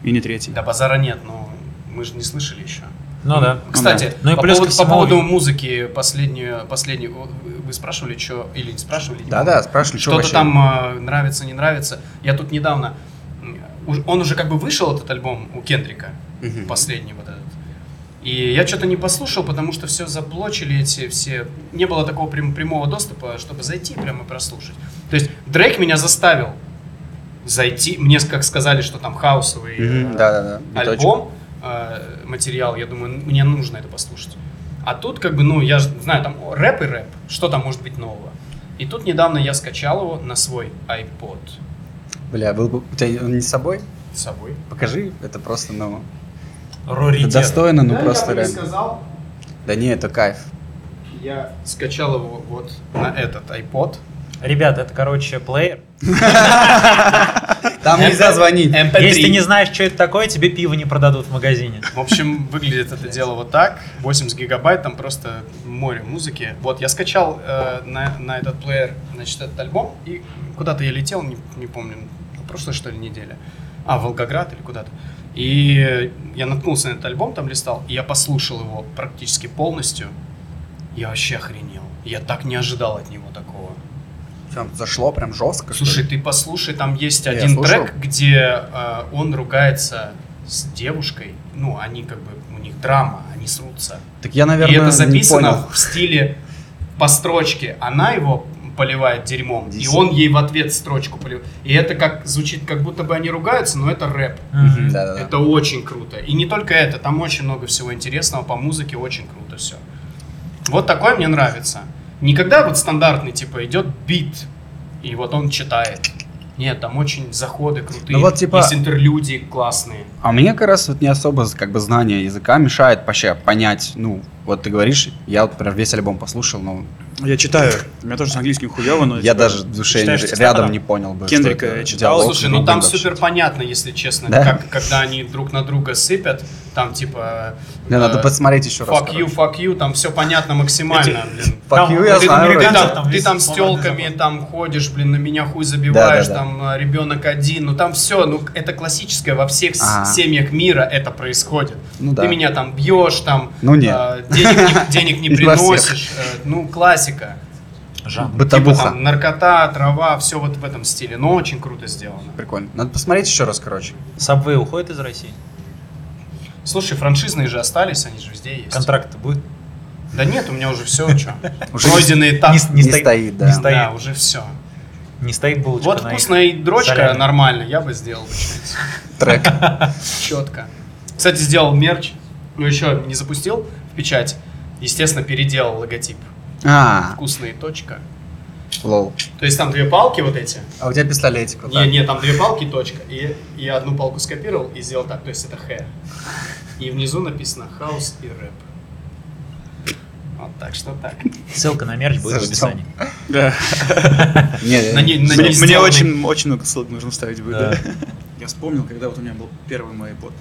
Speaker 1: и не третий.
Speaker 2: Да, базара нет, но мы же не слышали еще.
Speaker 5: ну да.
Speaker 2: Кстати,
Speaker 5: Ну и
Speaker 2: по,
Speaker 5: плюс ко
Speaker 2: поводу, по
Speaker 5: всему-
Speaker 2: поводу музыки последнюю, последнюю, вы- вы спрашивали, что или не спрашивали? не помню.
Speaker 4: Да-да, спрашивали, что
Speaker 2: Что-то
Speaker 4: вообще.
Speaker 2: там э, нравится, не нравится. Я тут недавно, м, уж- он уже как бы вышел этот альбом у Кендрика,
Speaker 4: Мгм.
Speaker 2: последний вот этот. И я что-то не послушал, потому что все заблочили эти все. Не было такого прям- прямого доступа, чтобы зайти прямо и прослушать. То есть Дрейк меня заставил зайти. Мне как сказали, что там хаосовый э,
Speaker 4: Мгм, Да-да-да. биточек.
Speaker 2: альбом, э, материал, я думаю, мне нужно это послушать. А тут как бы, ну, я ж знаю, там о, рэп и рэп, что там может быть нового. И тут недавно я скачал его на свой iPod
Speaker 4: Бля, был бы... У тебя он не с собой?
Speaker 2: с собой.
Speaker 4: Покажи, это просто, ну... это
Speaker 5: Руритет.
Speaker 4: достойно, ну, просто реально.
Speaker 2: сказал,
Speaker 4: Да не, это кайф.
Speaker 2: я скачал его вот на этот iPod.
Speaker 5: Ребят, это, короче, плеер.
Speaker 4: Там нельзя звонить.
Speaker 2: MP3.
Speaker 5: Если ты не знаешь, что это такое, тебе пиво не продадут в магазине.
Speaker 2: В общем, выглядит это дело вот так. 80 гигабайт, там просто море музыки. Вот, я скачал э, на, на этот плеер, значит, этот альбом, и куда-то я летел, не, не помню, на прошлой, что ли, неделе. А, в Волгоград или куда-то. И я наткнулся на этот альбом, там листал, и я послушал его практически полностью. Я вообще охренел. Я так не ожидал от него такого.
Speaker 4: Прям зашло прям жестко. что ли?
Speaker 2: Слушай, ты послушай, там есть
Speaker 4: Я
Speaker 2: один
Speaker 4: слушал.
Speaker 2: трек, где э, он ругается с девушкой. Ну, они как бы, у них драма, они срутся.
Speaker 4: Так я, наверное,
Speaker 2: и это
Speaker 4: не
Speaker 2: записано
Speaker 4: понял.
Speaker 2: в стиле по строчке. Она его поливает дерьмом, и
Speaker 4: Десять.
Speaker 2: он ей в ответ строчку поливает. И это как звучит, как будто бы они ругаются, но это рэп.
Speaker 5: Мгм.
Speaker 4: Да-да-да.
Speaker 2: Это очень круто. И не только это, там очень много всего интересного по музыке, очень круто все. Вот такое мне нравится. Никогда вот стандартный, типа, идет бит, и вот он читает. Нет, там очень заходы крутые,
Speaker 4: Ну вот, типа-
Speaker 2: есть интерлюдии классные.
Speaker 4: А мне как раз вот не особо как бы знание языка мешает вообще понять, ну, вот ты говоришь, я вот, например, весь альбом послушал, но
Speaker 1: Я читаю. У меня тоже с английским хуёво,
Speaker 2: Ну,
Speaker 1: но...
Speaker 4: я
Speaker 1: типа,
Speaker 4: даже в душе
Speaker 5: читаешь
Speaker 4: не-
Speaker 5: текст автора?
Speaker 4: рядом не понял бы,
Speaker 1: Кендрика
Speaker 4: что это
Speaker 1: я читал.
Speaker 4: диалог,
Speaker 2: Слушай, ну
Speaker 4: либо
Speaker 2: там
Speaker 4: вообще.
Speaker 2: супер понятно, если честно,
Speaker 4: Да?
Speaker 2: как, когда они друг на друга сыпят, там типа...
Speaker 4: Да,
Speaker 2: э,
Speaker 4: надо посмотреть еще раз.
Speaker 2: Fuck
Speaker 4: короче.
Speaker 2: you, fuck you, там все понятно максимально, блин.
Speaker 4: Fuck
Speaker 5: Там
Speaker 4: you, я
Speaker 5: ты-
Speaker 4: знаю.
Speaker 2: Ты
Speaker 5: американцев
Speaker 4: вроде.
Speaker 5: там
Speaker 2: там, ты
Speaker 5: весь
Speaker 2: там с
Speaker 5: свободный
Speaker 2: телками
Speaker 5: заход.
Speaker 2: там ходишь, блин, на меня хуй забиваешь,
Speaker 4: Да-да-да.
Speaker 2: там ребенок один, ну там все, ну это классическое во всех с-
Speaker 4: Ага.
Speaker 2: семьях мира это происходит.
Speaker 4: Ну да.
Speaker 2: Ты меня там бьешь, там
Speaker 4: Ну нет.
Speaker 2: э, денег, не- денег не
Speaker 4: Не во всех.
Speaker 2: приносишь, э, ну классика.
Speaker 5: Жанр.
Speaker 2: Типа,
Speaker 4: Бытовуха.
Speaker 2: там, наркота, трава, все вот в этом стиле, но очень круто сделано.
Speaker 4: Прикольно. Надо посмотреть еще раз, короче.
Speaker 5: Subway уходит из России?
Speaker 2: Слушай, франшизные же остались, они же везде есть.
Speaker 5: Контракт будет?
Speaker 2: Да нет, у меня уже все, что.
Speaker 4: Уже
Speaker 2: Пройденный этап.
Speaker 5: не
Speaker 4: Не
Speaker 5: стоит-
Speaker 4: стоит,
Speaker 5: не
Speaker 4: да.
Speaker 5: стоит.
Speaker 2: Да, уже все.
Speaker 5: Не стоит булочка
Speaker 2: Вот
Speaker 5: на
Speaker 2: вкусная и дрочка
Speaker 5: Солями.
Speaker 2: нормально, я бы сделал бы что-нибудь.
Speaker 4: Трек.
Speaker 2: Четко. Кстати, сделал мерч, но еще не запустил в печать. Естественно, переделал логотип.
Speaker 4: А,
Speaker 2: Вкусная точка.
Speaker 4: лол.
Speaker 2: То есть там две палки вот эти.
Speaker 4: А у тебя пистолетик вот
Speaker 2: Не,
Speaker 4: так.
Speaker 2: не, там две палки и точка. И я одну палку скопировал и сделал так. То есть это Х. И внизу написано хаос и рэп. Вот так что так.
Speaker 5: Ссылка на мерч будет в
Speaker 4: Заждём.
Speaker 5: описании.
Speaker 1: Да.
Speaker 4: Не,
Speaker 2: На ней- на
Speaker 1: Мне
Speaker 2: ней
Speaker 1: мне
Speaker 2: сделанный-
Speaker 1: очень, очень много ссылок нужно ставить будет,
Speaker 5: Да.
Speaker 1: да. Я вспомнил, когда вот у меня был первый мой под,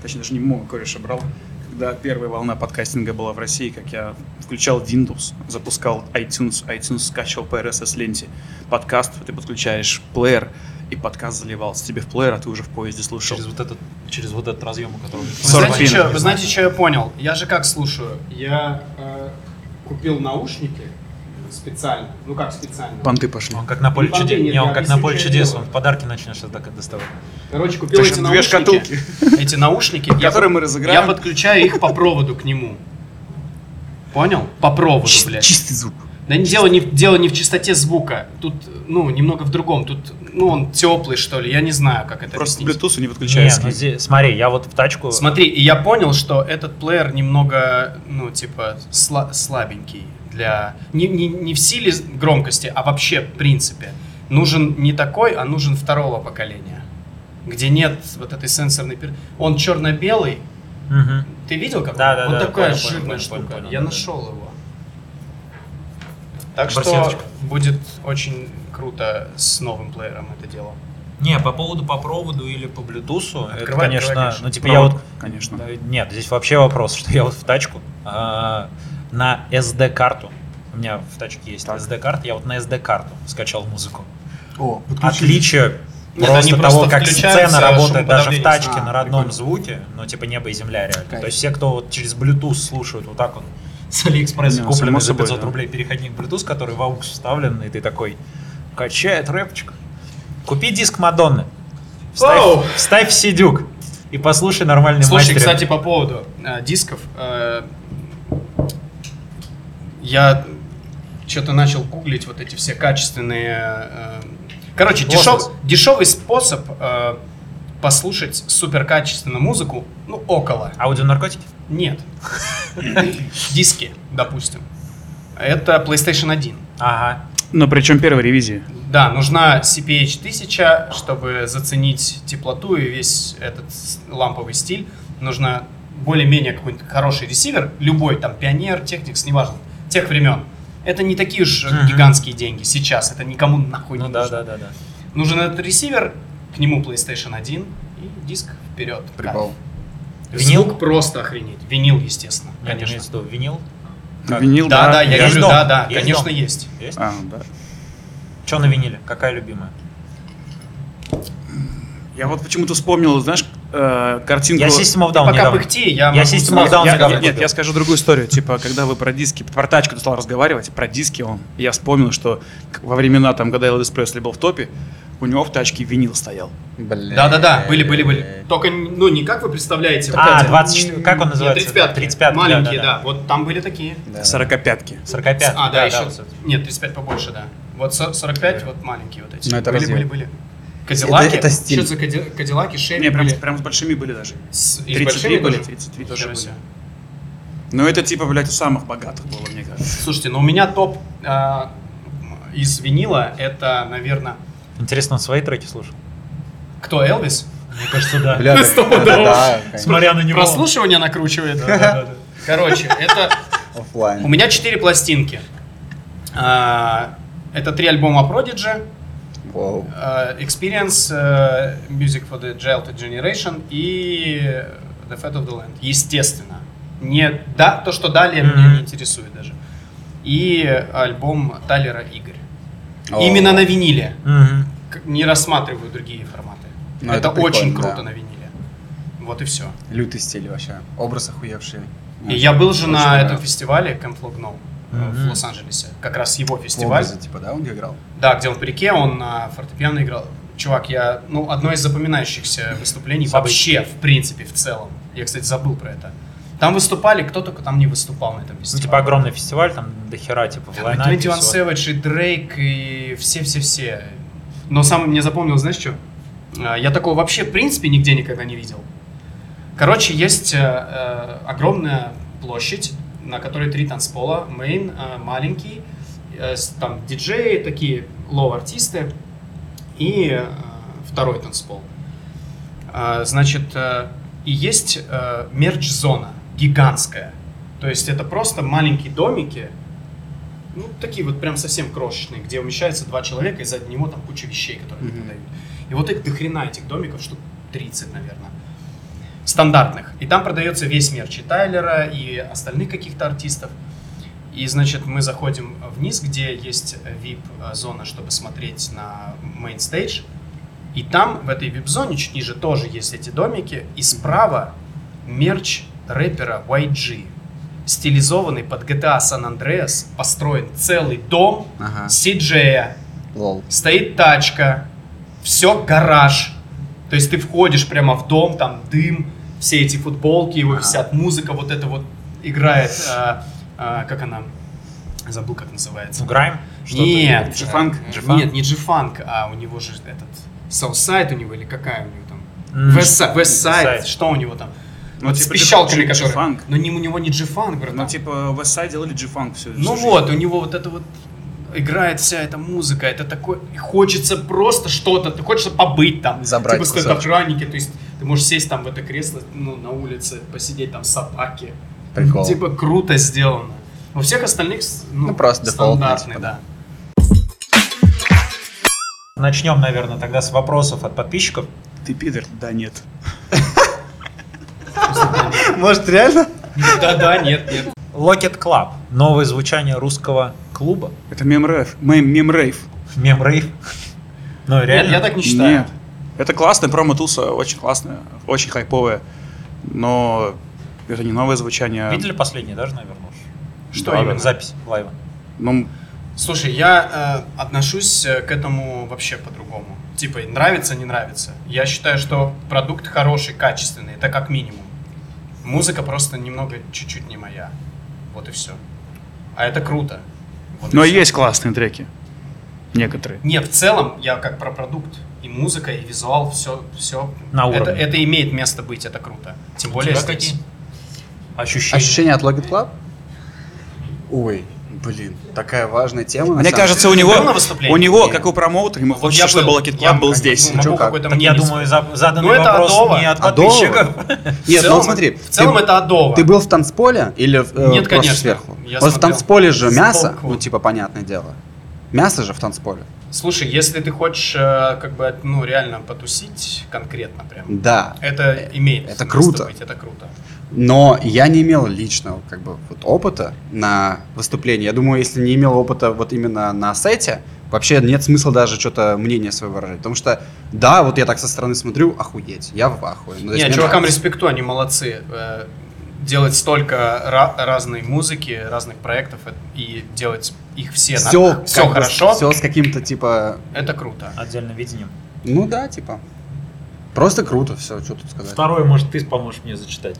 Speaker 1: точнее даже не мой, кореша брал, когда первая волна подкастинга была в России, как я включал Windows, запускал iTunes, iTunes скачивал по RSS-ленте, подкаст, ты подключаешь плеер, и подкаст заливался тебе в плеер, а ты уже в поезде слушал.
Speaker 3: Через вот этот, через вот этот разъем, у которого...
Speaker 2: Вы знаете,
Speaker 1: 40
Speaker 2: чё-
Speaker 1: пинов.
Speaker 2: вы знаете, что я понял? Я же как слушаю? Я э, купил наушники специально. Ну как специально?
Speaker 1: Понты пошли.
Speaker 5: Он как на поле
Speaker 2: Ну, там
Speaker 5: чудес.
Speaker 2: денег,
Speaker 5: Не, он
Speaker 2: я
Speaker 5: как
Speaker 2: объясню,
Speaker 5: на поле
Speaker 2: что я
Speaker 5: чудес,
Speaker 2: делаю.
Speaker 5: он в подарки начнет сейчас так доставать.
Speaker 2: Короче, купил эти
Speaker 1: Точно, две
Speaker 2: наушники.
Speaker 1: шкатулки,
Speaker 2: Эти наушники, я
Speaker 1: которые
Speaker 2: под-
Speaker 1: мы
Speaker 2: Я
Speaker 1: разыграем.
Speaker 2: подключаю их по проводу к нему. Понял? По проводу,
Speaker 1: Чис-
Speaker 2: блядь.
Speaker 1: Чистый звук.
Speaker 2: Да не, дело, не, в- дело не в чистоте звука. Тут, ну, немного в другом. Тут, ну, он теплый, что ли. Я не знаю, как это
Speaker 1: Просто
Speaker 2: объяснить.
Speaker 1: Bluetooth не
Speaker 5: Не,
Speaker 1: подключается.
Speaker 5: ну здесь- смотри, я вот в тачку...
Speaker 2: Смотри, и я понял, что этот плеер немного, ну, типа, сла- слабенький для... Не, не, не в силе громкости, а вообще, в принципе. Нужен не такой, а нужен второго поколения. Где нет вот этой сенсорной... пер- Он черно-белый.
Speaker 5: Мгм.
Speaker 2: Ты видел как? он?
Speaker 5: Да, да,
Speaker 2: вот
Speaker 5: да,
Speaker 2: такая
Speaker 5: понял, понял,
Speaker 2: жирная
Speaker 5: понял,
Speaker 2: штука.
Speaker 5: понял,
Speaker 2: я
Speaker 5: да, да.
Speaker 2: нашел его. Так что
Speaker 5: Барсеточка.
Speaker 2: будет очень круто с новым плеером это дело.
Speaker 5: Не, по поводу по проводу или по Bluetooth, это,
Speaker 2: Открывай,
Speaker 5: конечно,
Speaker 2: открывай,
Speaker 5: ну типа я
Speaker 1: Провод,
Speaker 5: вот...
Speaker 1: конечно.
Speaker 5: Да, Нет, здесь вообще вопрос, что я вот в тачку а, на SD-карту, у меня в тачке есть SD-карта, я вот на SD-карту скачал музыку.
Speaker 4: О,
Speaker 5: Отличие
Speaker 2: Нет, они
Speaker 5: просто того,
Speaker 2: просто
Speaker 5: как
Speaker 2: включаются,
Speaker 5: сцена работает даже в
Speaker 2: шумоподавление.
Speaker 5: тачке
Speaker 2: А,
Speaker 5: на родном
Speaker 2: прикольно.
Speaker 5: звуке, ну типа небо и земля реально.
Speaker 4: Кайф.
Speaker 5: То есть все, кто вот через Bluetooth слушают вот так вот с Алиэкспресса
Speaker 1: Не,
Speaker 5: купленный
Speaker 1: Ну, само
Speaker 5: за
Speaker 1: собой,
Speaker 5: 500
Speaker 1: да.
Speaker 5: рублей переходник Bluetooth, который в AUX вставлен, и ты такой, качает рэпчик. Купи диск Мадонны,
Speaker 2: Оу!
Speaker 5: вставь, вставь в сидюк и послушай нормальный
Speaker 2: Слушай,
Speaker 5: мастеринг.
Speaker 2: кстати, по поводу э, дисков. э, я что-то начал гуглить вот эти все качественные... э, короче, дешев,
Speaker 5: Лозунг.
Speaker 2: дешевый способ э, послушать суперкачественную музыку, ну, около.
Speaker 5: Аудио наркотики?
Speaker 2: Нет. Диски, допустим. Это PlayStation 1.
Speaker 5: Ага.
Speaker 1: Но причем Ну, первой ревизии.
Speaker 2: Да, нужна CPH 1000, чтобы заценить теплоту и весь этот с- ламповый стиль. Нужна более-менее какой-нибудь хороший ресивер, любой, там, пионер, техникс, неважно, тех времен. Это не такие уж
Speaker 5: Мгм.
Speaker 2: гигантские деньги сейчас, это никому нахуй
Speaker 5: Ну
Speaker 2: не
Speaker 5: да,
Speaker 2: нужно.
Speaker 5: да, да, да.
Speaker 2: Нужен этот ресивер, к нему PlayStation 1 и диск вперед.
Speaker 4: Прикол.
Speaker 2: Кайф.
Speaker 5: Винил?
Speaker 2: Звук просто охренеть. Винил, естественно,
Speaker 5: Нет,
Speaker 2: конечно.
Speaker 5: имеется в виду винил.
Speaker 1: Винил,
Speaker 2: А, Да, да, я
Speaker 5: Есть
Speaker 2: говорю,
Speaker 5: дом?
Speaker 2: да, да,
Speaker 5: Есть
Speaker 2: конечно,
Speaker 5: дом?
Speaker 2: есть.
Speaker 5: Есть?
Speaker 1: А, да.
Speaker 5: Че на виниле? Какая любимая?
Speaker 1: Я вот почему-то вспомнил, знаешь, э, картинку...
Speaker 5: Я System of Down
Speaker 2: Пока
Speaker 5: недавно.
Speaker 2: пыхти, я
Speaker 5: Я
Speaker 2: могу
Speaker 5: System
Speaker 2: сразу-
Speaker 5: of Down
Speaker 1: Я-
Speaker 5: недавно
Speaker 1: нет,
Speaker 5: купил.
Speaker 1: я скажу другую историю. Типа, когда вы про диски, про тачку ты стал разговаривать, про диски он. Я вспомнил, что к- во времена, там, когда Элвис Пресли был в топе, у него в тачке винил стоял.
Speaker 4: Блин.
Speaker 2: Да-да-да, были, были, были. Только, ну, не как вы представляете. вот
Speaker 5: А,
Speaker 2: эти.
Speaker 5: 24, как он называется?
Speaker 2: Нет, 35
Speaker 5: 35, да,
Speaker 2: Маленькие,
Speaker 5: да,
Speaker 2: да,
Speaker 5: да.
Speaker 2: Вот там были такие.
Speaker 4: Да.
Speaker 1: 45-ки.
Speaker 5: 45.
Speaker 2: а, да, еще.
Speaker 5: вот это.
Speaker 2: Нет, 35 побольше, да. Вот со- 45, вот маленькие вот эти.
Speaker 4: Ну, это
Speaker 2: были,
Speaker 4: разъем.
Speaker 2: были, были. Кадиллаки.
Speaker 4: это стиль.
Speaker 2: Что за кади- кадиллаки, шерри
Speaker 1: Не, прям,
Speaker 2: были?
Speaker 1: прям с большими были даже.
Speaker 2: С, и с
Speaker 1: 33
Speaker 2: большими
Speaker 1: были,
Speaker 2: тоже?
Speaker 1: 33
Speaker 2: Ничего
Speaker 1: тоже
Speaker 2: себе.
Speaker 1: были. Но это типа, блядь, у самых богатых было, мне кажется.
Speaker 2: Слушайте, ну у меня топ а, из винила это, наверное,
Speaker 5: Интересно, он свои треки слушал?
Speaker 2: кто Элвис?
Speaker 5: Мне кажется, да.
Speaker 4: Бля,
Speaker 2: Сто
Speaker 4: да, да,
Speaker 2: пудово.
Speaker 4: да, конечно,
Speaker 5: Смотря на него.
Speaker 2: Прослушивание накручивает. Короче, это У
Speaker 4: оффлайн.
Speaker 2: меня четыре пластинки. А, Это три альбома Prodigy,
Speaker 4: Вау.
Speaker 2: а, Experience, а, Music for the Childhood Generation и The Fat of the Land. Естественно. Не, да, то, что далее, меня
Speaker 5: Мгм.
Speaker 2: не интересует даже. И альбом Талера Игорь.
Speaker 4: О.
Speaker 2: Именно на виниле.
Speaker 5: Мгм.
Speaker 2: К- Не рассматриваю другие форматы.
Speaker 4: Ну,
Speaker 2: это
Speaker 4: это прикольно,
Speaker 2: очень круто
Speaker 4: да.
Speaker 2: на виниле. Вот и все.
Speaker 4: Лютый стиль вообще. Образ охуевший.
Speaker 2: И я был же
Speaker 4: Очень
Speaker 2: на
Speaker 4: нравится.
Speaker 2: этом фестивале Camp Flognol в
Speaker 5: Мгм.
Speaker 2: Лос-Анджелесе. Как раз его фестиваль.
Speaker 4: Образы, типа, да, он играл?
Speaker 2: Да, где он в парике, он на фортепиано играл. Чувак, я, ну, одно из запоминающихся выступлений
Speaker 5: Событий.
Speaker 2: вообще, в принципе, в целом. Я, кстати, забыл про это. Там выступали, кто только там не выступал на этом
Speaker 5: Ну,
Speaker 2: фестивале.
Speaker 5: типа огромный фестиваль, там до хера, типа, в
Speaker 2: И
Speaker 5: лайнапе.
Speaker 2: 21
Speaker 5: всего.
Speaker 2: Savage, и Дрейк, и все-все-все. Но самое мне запомнилось, знаешь что? А, Я такого вообще, в принципе, нигде никогда не видел. Короче, есть э, э, огромная площадь, на которой три танцпола, мейн, э, маленький, э, с- там диджеи, такие лоу-артисты и э, второй танцпол. А, Э, Значит, э, и есть э, мерч-зона гигантская, То есть это просто маленькие домики, ну, такие вот прям совсем крошечные, где умещается два человека, и за него там куча вещей, которые они
Speaker 1: Мгм.
Speaker 2: продают. И вот их дохрена, этих домиков, штук 30, наверное, стандартных. И там продается весь мерч и Тайлера, и остальных каких-то артистов. И, значит, мы заходим вниз, где есть э, VIP-зона, чтобы смотреть на мейнстейдж. И там, в этой VIP-зоне, чуть ниже тоже есть эти домики. И справа мерч рэпера YG, стилизованный под GTA San Andreas, построен целый дом
Speaker 4: Ага.
Speaker 2: CJ,
Speaker 4: Лол.
Speaker 2: стоит тачка, все гараж. То есть ты входишь прямо в дом, там дым, все эти футболки, его
Speaker 4: Ага.
Speaker 2: висят, музыка вот это вот играет, а, а, как она, забыл как называется.
Speaker 5: Ну, Грайм?
Speaker 1: Что-то.
Speaker 2: Нет,
Speaker 1: G-Funk? Ну, типа,
Speaker 2: э,
Speaker 1: G-Funk?
Speaker 2: Нет, не G-Funk, а у него же этот Southside у него или какая у него там?
Speaker 5: М,
Speaker 2: Westside, Westside,
Speaker 5: Westside.
Speaker 2: что у него там?
Speaker 1: Ну,
Speaker 2: вот с
Speaker 1: типа
Speaker 2: пищалками,
Speaker 1: G-
Speaker 2: которые...
Speaker 1: G-Funk.
Speaker 2: Но не, у него не G-Funk, братан.
Speaker 1: Ну, типа, Westside делали G-Funk всю
Speaker 2: Ну
Speaker 1: всю
Speaker 2: вот, у него вот это вот играет вся эта музыка, это такое, и хочется просто что-то, ты хочется побыть там.
Speaker 4: Забрать
Speaker 2: Типа стоят
Speaker 4: кусочек.
Speaker 2: охранники, то есть ты можешь сесть там в это кресло, ну, на улице, посидеть там с собаки.
Speaker 4: Прикол.
Speaker 2: Типа круто сделано. У всех остальных, с- ну,
Speaker 4: Ну, просто дефолтные,
Speaker 2: стандартные,
Speaker 4: типа,
Speaker 2: да.
Speaker 5: Начнем, наверное, тогда с вопросов от подписчиков.
Speaker 1: жизнь. Ты пидор? Да нет.
Speaker 4: Может, реально?
Speaker 2: Да-да, нет, нет.
Speaker 5: Локет Клаб. Новое звучание русского клуба.
Speaker 1: Это мемрейв. Мем- Мемрейв.
Speaker 5: Мемрейв. Ну,
Speaker 2: Нет, я
Speaker 5: реально.
Speaker 2: так не считаю.
Speaker 1: Нет. Это классная промо-туса, очень классная, очень хайповая. Но это не новое звучание.
Speaker 5: Видели последний, даже, наверное? уж?
Speaker 2: Что
Speaker 5: Да,
Speaker 2: именно?
Speaker 5: Запись лайва.
Speaker 1: Ну,
Speaker 2: Слушай, я э, отношусь э, к этому вообще по-другому. Типа, нравится, не нравится. Я считаю, что продукт хороший, качественный. Это как минимум. Музыка просто немного, чуть-чуть не моя. Вот и все. А это круто. Вот и
Speaker 1: но
Speaker 2: всё.
Speaker 1: есть классные треки. Некоторые.
Speaker 2: Не, в целом, я как про продукт. И музыка, и визуал, все, все.
Speaker 5: На
Speaker 2: Это,
Speaker 5: уровне.
Speaker 2: это имеет место быть, это круто. Тем более
Speaker 5: тебя
Speaker 2: здесь.
Speaker 5: какие? Ощущение.
Speaker 4: Ощущение от Логит Club? Ой, блин, такая важная тема. на
Speaker 1: Мне
Speaker 4: самом
Speaker 1: кажется, у
Speaker 2: Ты
Speaker 1: него,
Speaker 2: был на выступлении?
Speaker 1: у него,
Speaker 2: Нет.
Speaker 1: как у промоутера, ему
Speaker 2: Вот
Speaker 1: хочется,
Speaker 2: я
Speaker 1: чтобы
Speaker 2: был.
Speaker 1: Локет
Speaker 2: Я
Speaker 1: Клаб был
Speaker 2: как-
Speaker 1: здесь.
Speaker 2: ну,
Speaker 4: Чё,
Speaker 2: могу
Speaker 4: как?
Speaker 2: какое-то
Speaker 5: Так я
Speaker 2: мнение
Speaker 5: думаю, за-
Speaker 2: Ну,
Speaker 5: заданный
Speaker 2: это
Speaker 5: вопрос
Speaker 2: адово.
Speaker 5: не от
Speaker 4: Адово.
Speaker 5: подписчиков.
Speaker 4: деле.
Speaker 2: В
Speaker 4: Нет, ну вот
Speaker 2: целом-
Speaker 4: смотри.
Speaker 2: В целом
Speaker 4: ты-
Speaker 2: это адово.
Speaker 4: Ты был в танцполе или в, э,
Speaker 2: Нет,
Speaker 4: просто
Speaker 2: конечно.
Speaker 4: сверху?
Speaker 2: Я
Speaker 4: вот в
Speaker 2: смотрел.
Speaker 4: танцполе же
Speaker 2: С
Speaker 4: мясо,
Speaker 2: толку.
Speaker 4: ну типа понятное дело. Мясо же в танцполе.
Speaker 2: Слушай, если ты хочешь, э, как бы, ну, реально потусить конкретно прям,
Speaker 4: Да.
Speaker 2: это имеет место
Speaker 4: это круто.
Speaker 2: быть, это круто.
Speaker 4: Но я не имел личного как бы вот опыта на выступлении. Я думаю, если не имел опыта вот именно на сете, вообще нет смысла даже что-то мнение свое выражать. Потому что, да, вот я так со стороны смотрю, охуеть, я в ахуе. Ну, то есть
Speaker 2: Не,
Speaker 4: мне
Speaker 2: чувакам
Speaker 4: нравится.
Speaker 2: респекту, они молодцы. Э, Делать столько ра- разной музыки, разных проектов э, и делать их все,
Speaker 4: все,
Speaker 2: все хорошо,
Speaker 4: Все с каким-то типа,
Speaker 2: это круто.
Speaker 5: Отдельным видением.
Speaker 4: ну да, типа, просто круто все, что тут сказать.
Speaker 3: Второе, может, ты поможешь мне зачитать.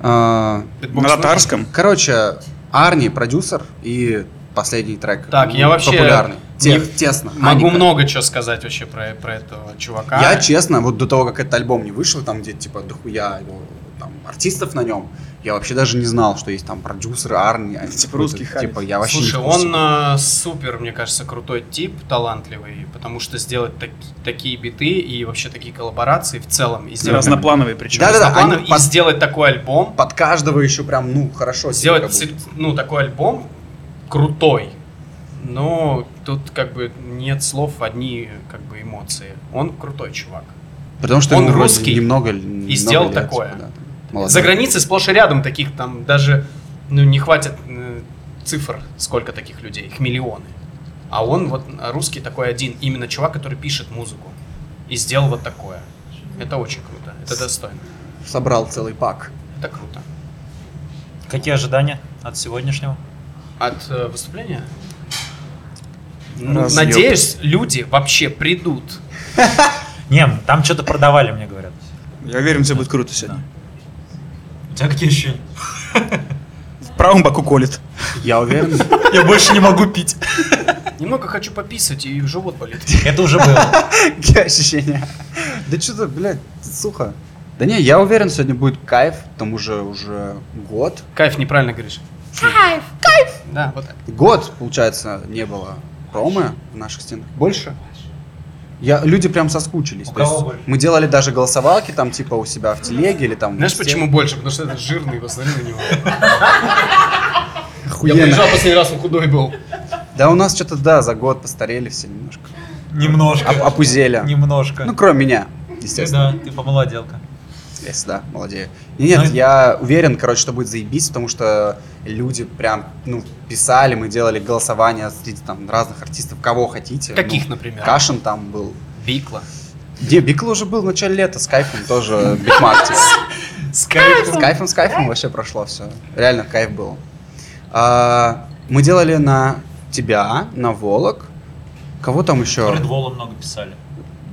Speaker 4: А,
Speaker 1: На
Speaker 2: Битбокс
Speaker 1: татарском.
Speaker 4: короче, Арни продюсер и последний трек.
Speaker 2: Так, я вообще
Speaker 4: популярный. Те-
Speaker 2: не-
Speaker 4: тесно.
Speaker 2: нужен? Могу
Speaker 4: Аника.
Speaker 2: много чего сказать вообще про, про этого чувака.
Speaker 4: Я честно, вот до того, как этот альбом не вышел, там где типа дохуя его там артистов на нем, я вообще даже не знал, что есть там продюсеры, арни, а какой-то,
Speaker 1: русский хабит.
Speaker 4: Типа я вообще. не в
Speaker 2: Слушай,
Speaker 4: курсе.
Speaker 2: он э, супер, мне кажется, крутой тип, талантливый, потому что сделать так- такие биты и вообще такие коллаборации в целом, и сделать,
Speaker 1: Разноплановые причем.
Speaker 4: Да-да-да.
Speaker 2: разноплановые,
Speaker 4: они
Speaker 2: и
Speaker 4: под-
Speaker 2: сделать такой альбом,
Speaker 4: под каждого еще прям ну хорошо. себе
Speaker 2: сделать
Speaker 4: как будто.
Speaker 2: ци- ну такой альбом крутой, но тут как бы нет слов, одни как бы эмоции. Он крутой чувак.
Speaker 4: Потому что
Speaker 2: он
Speaker 4: ему вроде
Speaker 2: русский
Speaker 4: немного и немного
Speaker 2: сделал
Speaker 4: лет,
Speaker 2: такое.
Speaker 4: типа, да. Молодой.
Speaker 2: За границей сплошь и рядом таких там даже ну не хватит э, цифр, сколько таких людей, их миллионы. А он вот э, русский такой один, именно чувак, который пишет музыку и сделал вот такое. Это очень круто, это достойно,
Speaker 4: собрал целый пак.
Speaker 2: это круто.
Speaker 5: Какие ожидания от сегодняшнего?
Speaker 2: От э, выступления? Ну,
Speaker 1: Разъёб.
Speaker 2: надеюсь, люди вообще придут.
Speaker 5: Не, там что-то продавали, мне говорят.
Speaker 1: Я уверен, все будет круто сегодня.
Speaker 5: У тебя какие ощущения?
Speaker 1: В правом боку колет.
Speaker 4: Я уверен.
Speaker 5: Я больше не могу пить.
Speaker 2: Немного хочу пописать, и живот болит.
Speaker 5: Это уже было.
Speaker 4: Какие ощущения? Да что-то, блядь, сухо. Да не, я уверен, сегодня будет кайф. К тому же уже год.
Speaker 2: Кайф, неправильно говоришь. Кайф, кайф! Да, вот так.
Speaker 4: Год, получается, не было промы в наших стенах. Больше? Я, люди прям соскучились.
Speaker 5: У
Speaker 4: То есть
Speaker 5: кого больше?
Speaker 4: мы делали даже голосовалки там типа у себя в телеге или там.
Speaker 2: Знаешь,
Speaker 4: в сети.
Speaker 2: почему больше? Потому что это жирный, посмотри на него. Я
Speaker 4: Охуенно.
Speaker 2: приезжал последний раз, он худой был.
Speaker 4: Да у нас что-то, да, за год постарели все немножко.
Speaker 5: Немножко.
Speaker 1: А,
Speaker 4: Оп- опузели.
Speaker 5: Немножко.
Speaker 4: Ну, кроме меня,
Speaker 5: Ты,
Speaker 4: естественно.
Speaker 5: да, ты помолоделка.
Speaker 4: Естественно, да, молодею. Нет,
Speaker 5: Ну и-
Speaker 4: я уверен, короче, что будет заебись, потому что люди прям, ну, писали, мы делали голосование среди там разных артистов, кого хотите.
Speaker 2: Каких,
Speaker 4: Ну,
Speaker 2: например?
Speaker 4: Кашин там был.
Speaker 2: Бикла.
Speaker 4: Где Бикл уже был в начале лета, с кайфом тоже бигмарти.
Speaker 2: Скайп.
Speaker 4: С кайфом, с кайфом вообще прошло все. Реально кайф был. А, Мы делали на тебя, на Волок. Кого там еще?
Speaker 3: Редвола много писали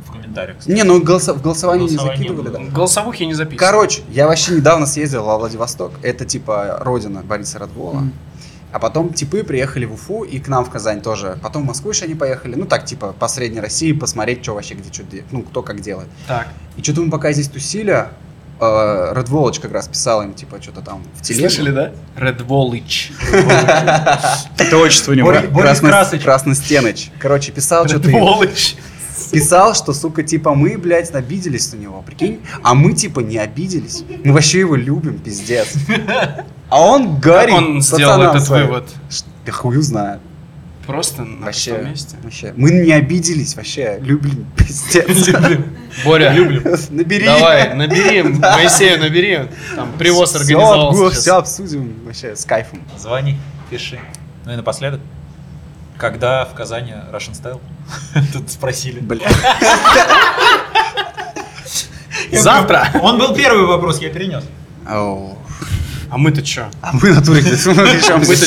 Speaker 3: в комментариях. кстати.
Speaker 4: Не, ну голосо- в голосовании не
Speaker 3: Голосование
Speaker 4: закидывали,
Speaker 3: было.
Speaker 4: да.
Speaker 2: Голосовухи не записывал.
Speaker 4: Короче, я вообще недавно съездил во Владивосток. Это типа родина Бориса Радвола. А потом типы приехали в Уфу и к нам в Казань тоже. Потом в Москву еще они поехали. Ну так, типа, по Средней России посмотреть, что вообще где, что ну, кто как делает.
Speaker 2: Так.
Speaker 4: И что-то мы пока здесь тусили, э, Радволыч как раз писал им, типа, что-то там в тележке.
Speaker 2: Слышали, да? Red Волыч.
Speaker 1: Это отчество у него.
Speaker 5: Боря- Борис Красыч.
Speaker 4: Красностеныч. Короче, писал что-то им.
Speaker 2: Волыч.
Speaker 4: Писал, что, сука, типа, мы, блядь, обиделись на него, прикинь? А мы, типа, не обиделись. Мы вообще его любим, пиздец. А он
Speaker 2: Как
Speaker 4: горит.
Speaker 2: он сделал
Speaker 4: пацанам
Speaker 2: этот
Speaker 4: своим.
Speaker 2: вывод?
Speaker 4: Ш- Да хую знает.
Speaker 2: Просто на
Speaker 4: Вообще,
Speaker 2: пустом месте.
Speaker 4: вообще. Мы не обиделись, вообще. Люблю, пиздец.
Speaker 2: Боря, люблю.
Speaker 4: Набери.
Speaker 2: Давай, набери, Моисею набери. Там привоз
Speaker 4: Все,
Speaker 2: организовал
Speaker 4: все
Speaker 2: сейчас.
Speaker 4: обсудим вообще с кайфом.
Speaker 3: Звони, пиши. Ну и напоследок, когда в Казани Russian Style? Тут спросили.
Speaker 4: Бля.
Speaker 2: Завтра.
Speaker 5: Он был первый вопрос, я перенес.
Speaker 4: Ау.
Speaker 2: А мы-то чё?
Speaker 4: А мы натуре где
Speaker 2: Мы-то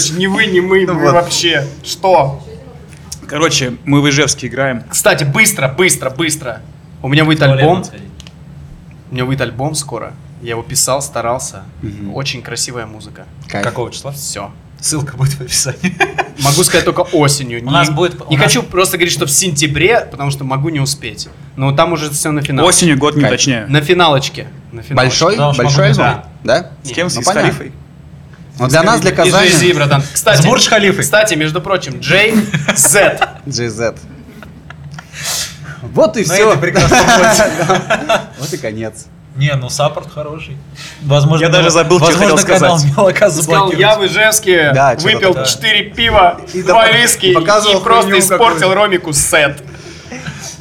Speaker 2: чё, не вы, не мы,
Speaker 4: Ну
Speaker 2: мы
Speaker 4: вот.
Speaker 2: вообще. Что?
Speaker 1: Короче, мы в Ижевске играем.
Speaker 2: Кстати, быстро, быстро, быстро. У меня выйдет альбом. У меня выйдет альбом скоро. Я его писал, старался.
Speaker 4: Мгм.
Speaker 2: Очень красивая музыка.
Speaker 3: Какого числа?
Speaker 2: Все.
Speaker 3: Ссылка будет в описании.
Speaker 2: Могу сказать только осенью.
Speaker 5: У нас будет- у
Speaker 2: Не
Speaker 5: нас-
Speaker 2: хочу просто говорить, что в сентябре, потому что могу не успеть. Но там уже все на финал.
Speaker 1: Осенью, год не
Speaker 4: Кайф.
Speaker 1: уточняю.
Speaker 2: На финалочке. На финалочке.
Speaker 4: Большой?
Speaker 5: Потому что
Speaker 4: Большой
Speaker 5: могу не
Speaker 4: альбом? Да?
Speaker 1: С кем?
Speaker 4: Ну,
Speaker 1: С
Speaker 4: понятно.
Speaker 1: Тарифой?
Speaker 4: Ну, для нас, для
Speaker 2: И Jay-Z,
Speaker 4: Казани.
Speaker 2: братан. Кстати,
Speaker 5: С Бурдж-Халифой.
Speaker 2: Кстати, между прочим, Джей Z.
Speaker 4: GZ. Вот и
Speaker 5: Ну,
Speaker 4: все.
Speaker 5: это прекрасно
Speaker 4: Вот и конец.
Speaker 5: Не, ну саппорт хороший. Возможно,
Speaker 1: Я даже забыл, что я
Speaker 5: возможно,
Speaker 1: хотел
Speaker 5: канал
Speaker 1: сказать.
Speaker 5: Мелока
Speaker 2: Сказал, я
Speaker 5: заблокирует.
Speaker 2: в Ижевске
Speaker 4: Да, чё-то
Speaker 2: выпил
Speaker 4: такое.
Speaker 2: 4 пива,
Speaker 4: И
Speaker 2: 2
Speaker 4: доп-
Speaker 2: виски
Speaker 4: и
Speaker 2: и
Speaker 4: показывал
Speaker 2: просто
Speaker 4: хуйню
Speaker 2: испортил
Speaker 4: какую-то.
Speaker 2: Ромику сет.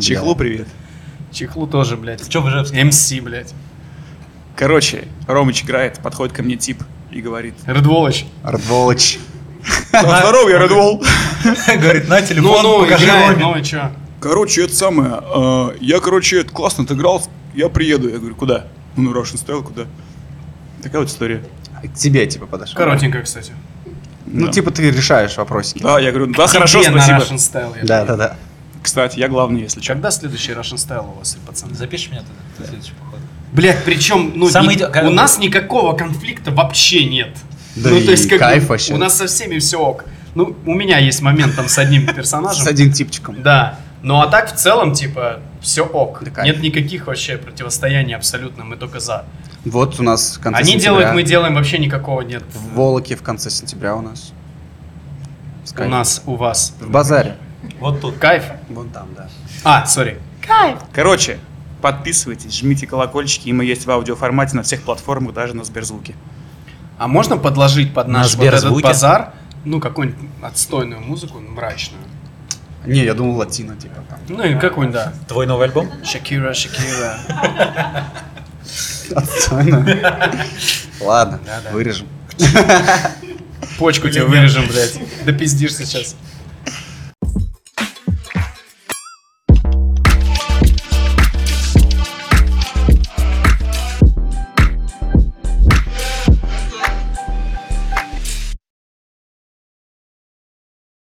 Speaker 1: Чехлу привет.
Speaker 2: Чехлу тоже, блядь.
Speaker 5: Ты чё в Ижевске?
Speaker 2: МС, блядь.
Speaker 1: Короче, Ромыч играет, подходит ко мне тип и говорит.
Speaker 2: Редволоч.
Speaker 4: Ардволыч.
Speaker 1: Здорово, я Редвол.
Speaker 5: Говорит, на
Speaker 2: Ну,
Speaker 5: телефон,
Speaker 2: ну,
Speaker 5: покажи
Speaker 2: играет,
Speaker 5: Роме.
Speaker 2: ну и чё?
Speaker 1: Короче, это самое, э, я, короче, это классно отыграл, я приеду. Я говорю, куда? Ну, на Russian Style, куда? Такая вот история.
Speaker 4: К тебе, типа, подошел.
Speaker 2: Коротенько, кстати.
Speaker 4: Ну,
Speaker 1: Да.
Speaker 4: типа, ты решаешь вопросики.
Speaker 1: Да, я говорю, да, хорошо,
Speaker 2: Тебе на
Speaker 1: спасибо.
Speaker 2: Russian Style, я
Speaker 4: Да,
Speaker 2: думаю.
Speaker 4: да, да.
Speaker 1: Кстати, я главный, если чё.
Speaker 2: Когда следующий Russian Style у вас, пацаны?
Speaker 5: Запишешь меня тогда, на следующий поход.
Speaker 2: Блять, причем, ну,
Speaker 5: Самый
Speaker 2: ни-
Speaker 5: иде-
Speaker 2: у нас никакого конфликта вообще нет.
Speaker 4: Да
Speaker 2: ну,
Speaker 4: и
Speaker 2: то есть, как бы,
Speaker 4: кайф вообще.
Speaker 2: у нас со всеми все ок. Ну, у меня есть момент там с одним персонажем.
Speaker 4: С одним типчиком.
Speaker 2: Да. Ну а так в целом, типа, все ок.
Speaker 4: Да кайф.
Speaker 2: Нет никаких вообще противостояний абсолютно, мы только за.
Speaker 4: Вот у нас в конце
Speaker 2: Они
Speaker 4: сентября.
Speaker 2: делают, мы делаем, вообще никакого нет.
Speaker 4: В Волоке в конце сентября у нас. С
Speaker 2: У
Speaker 4: кайфом.
Speaker 2: нас, у вас.
Speaker 4: В базаре.
Speaker 5: Вот тут.
Speaker 2: Кайф.
Speaker 4: Вон там, да.
Speaker 2: А, сори.
Speaker 1: Короче, подписывайтесь, жмите колокольчики, и мы есть в аудиоформате на всех платформах, даже на Сберзвуке.
Speaker 2: А можно подложить под
Speaker 5: На
Speaker 2: наш вот этот
Speaker 5: Сберзвуке?
Speaker 2: базар, ну, какую-нибудь отстойную музыку, ну, мрачную.
Speaker 4: Не, я думал латино, типа там.
Speaker 2: Ну, и какую-нибудь, да.
Speaker 5: Твой новый альбом?
Speaker 2: Шакира, Шакира.
Speaker 4: Отстойно. Ладно,
Speaker 2: Да, да.
Speaker 4: вырежем.
Speaker 2: Почку тебе вырежем, блядь. Да пиздишь сейчас.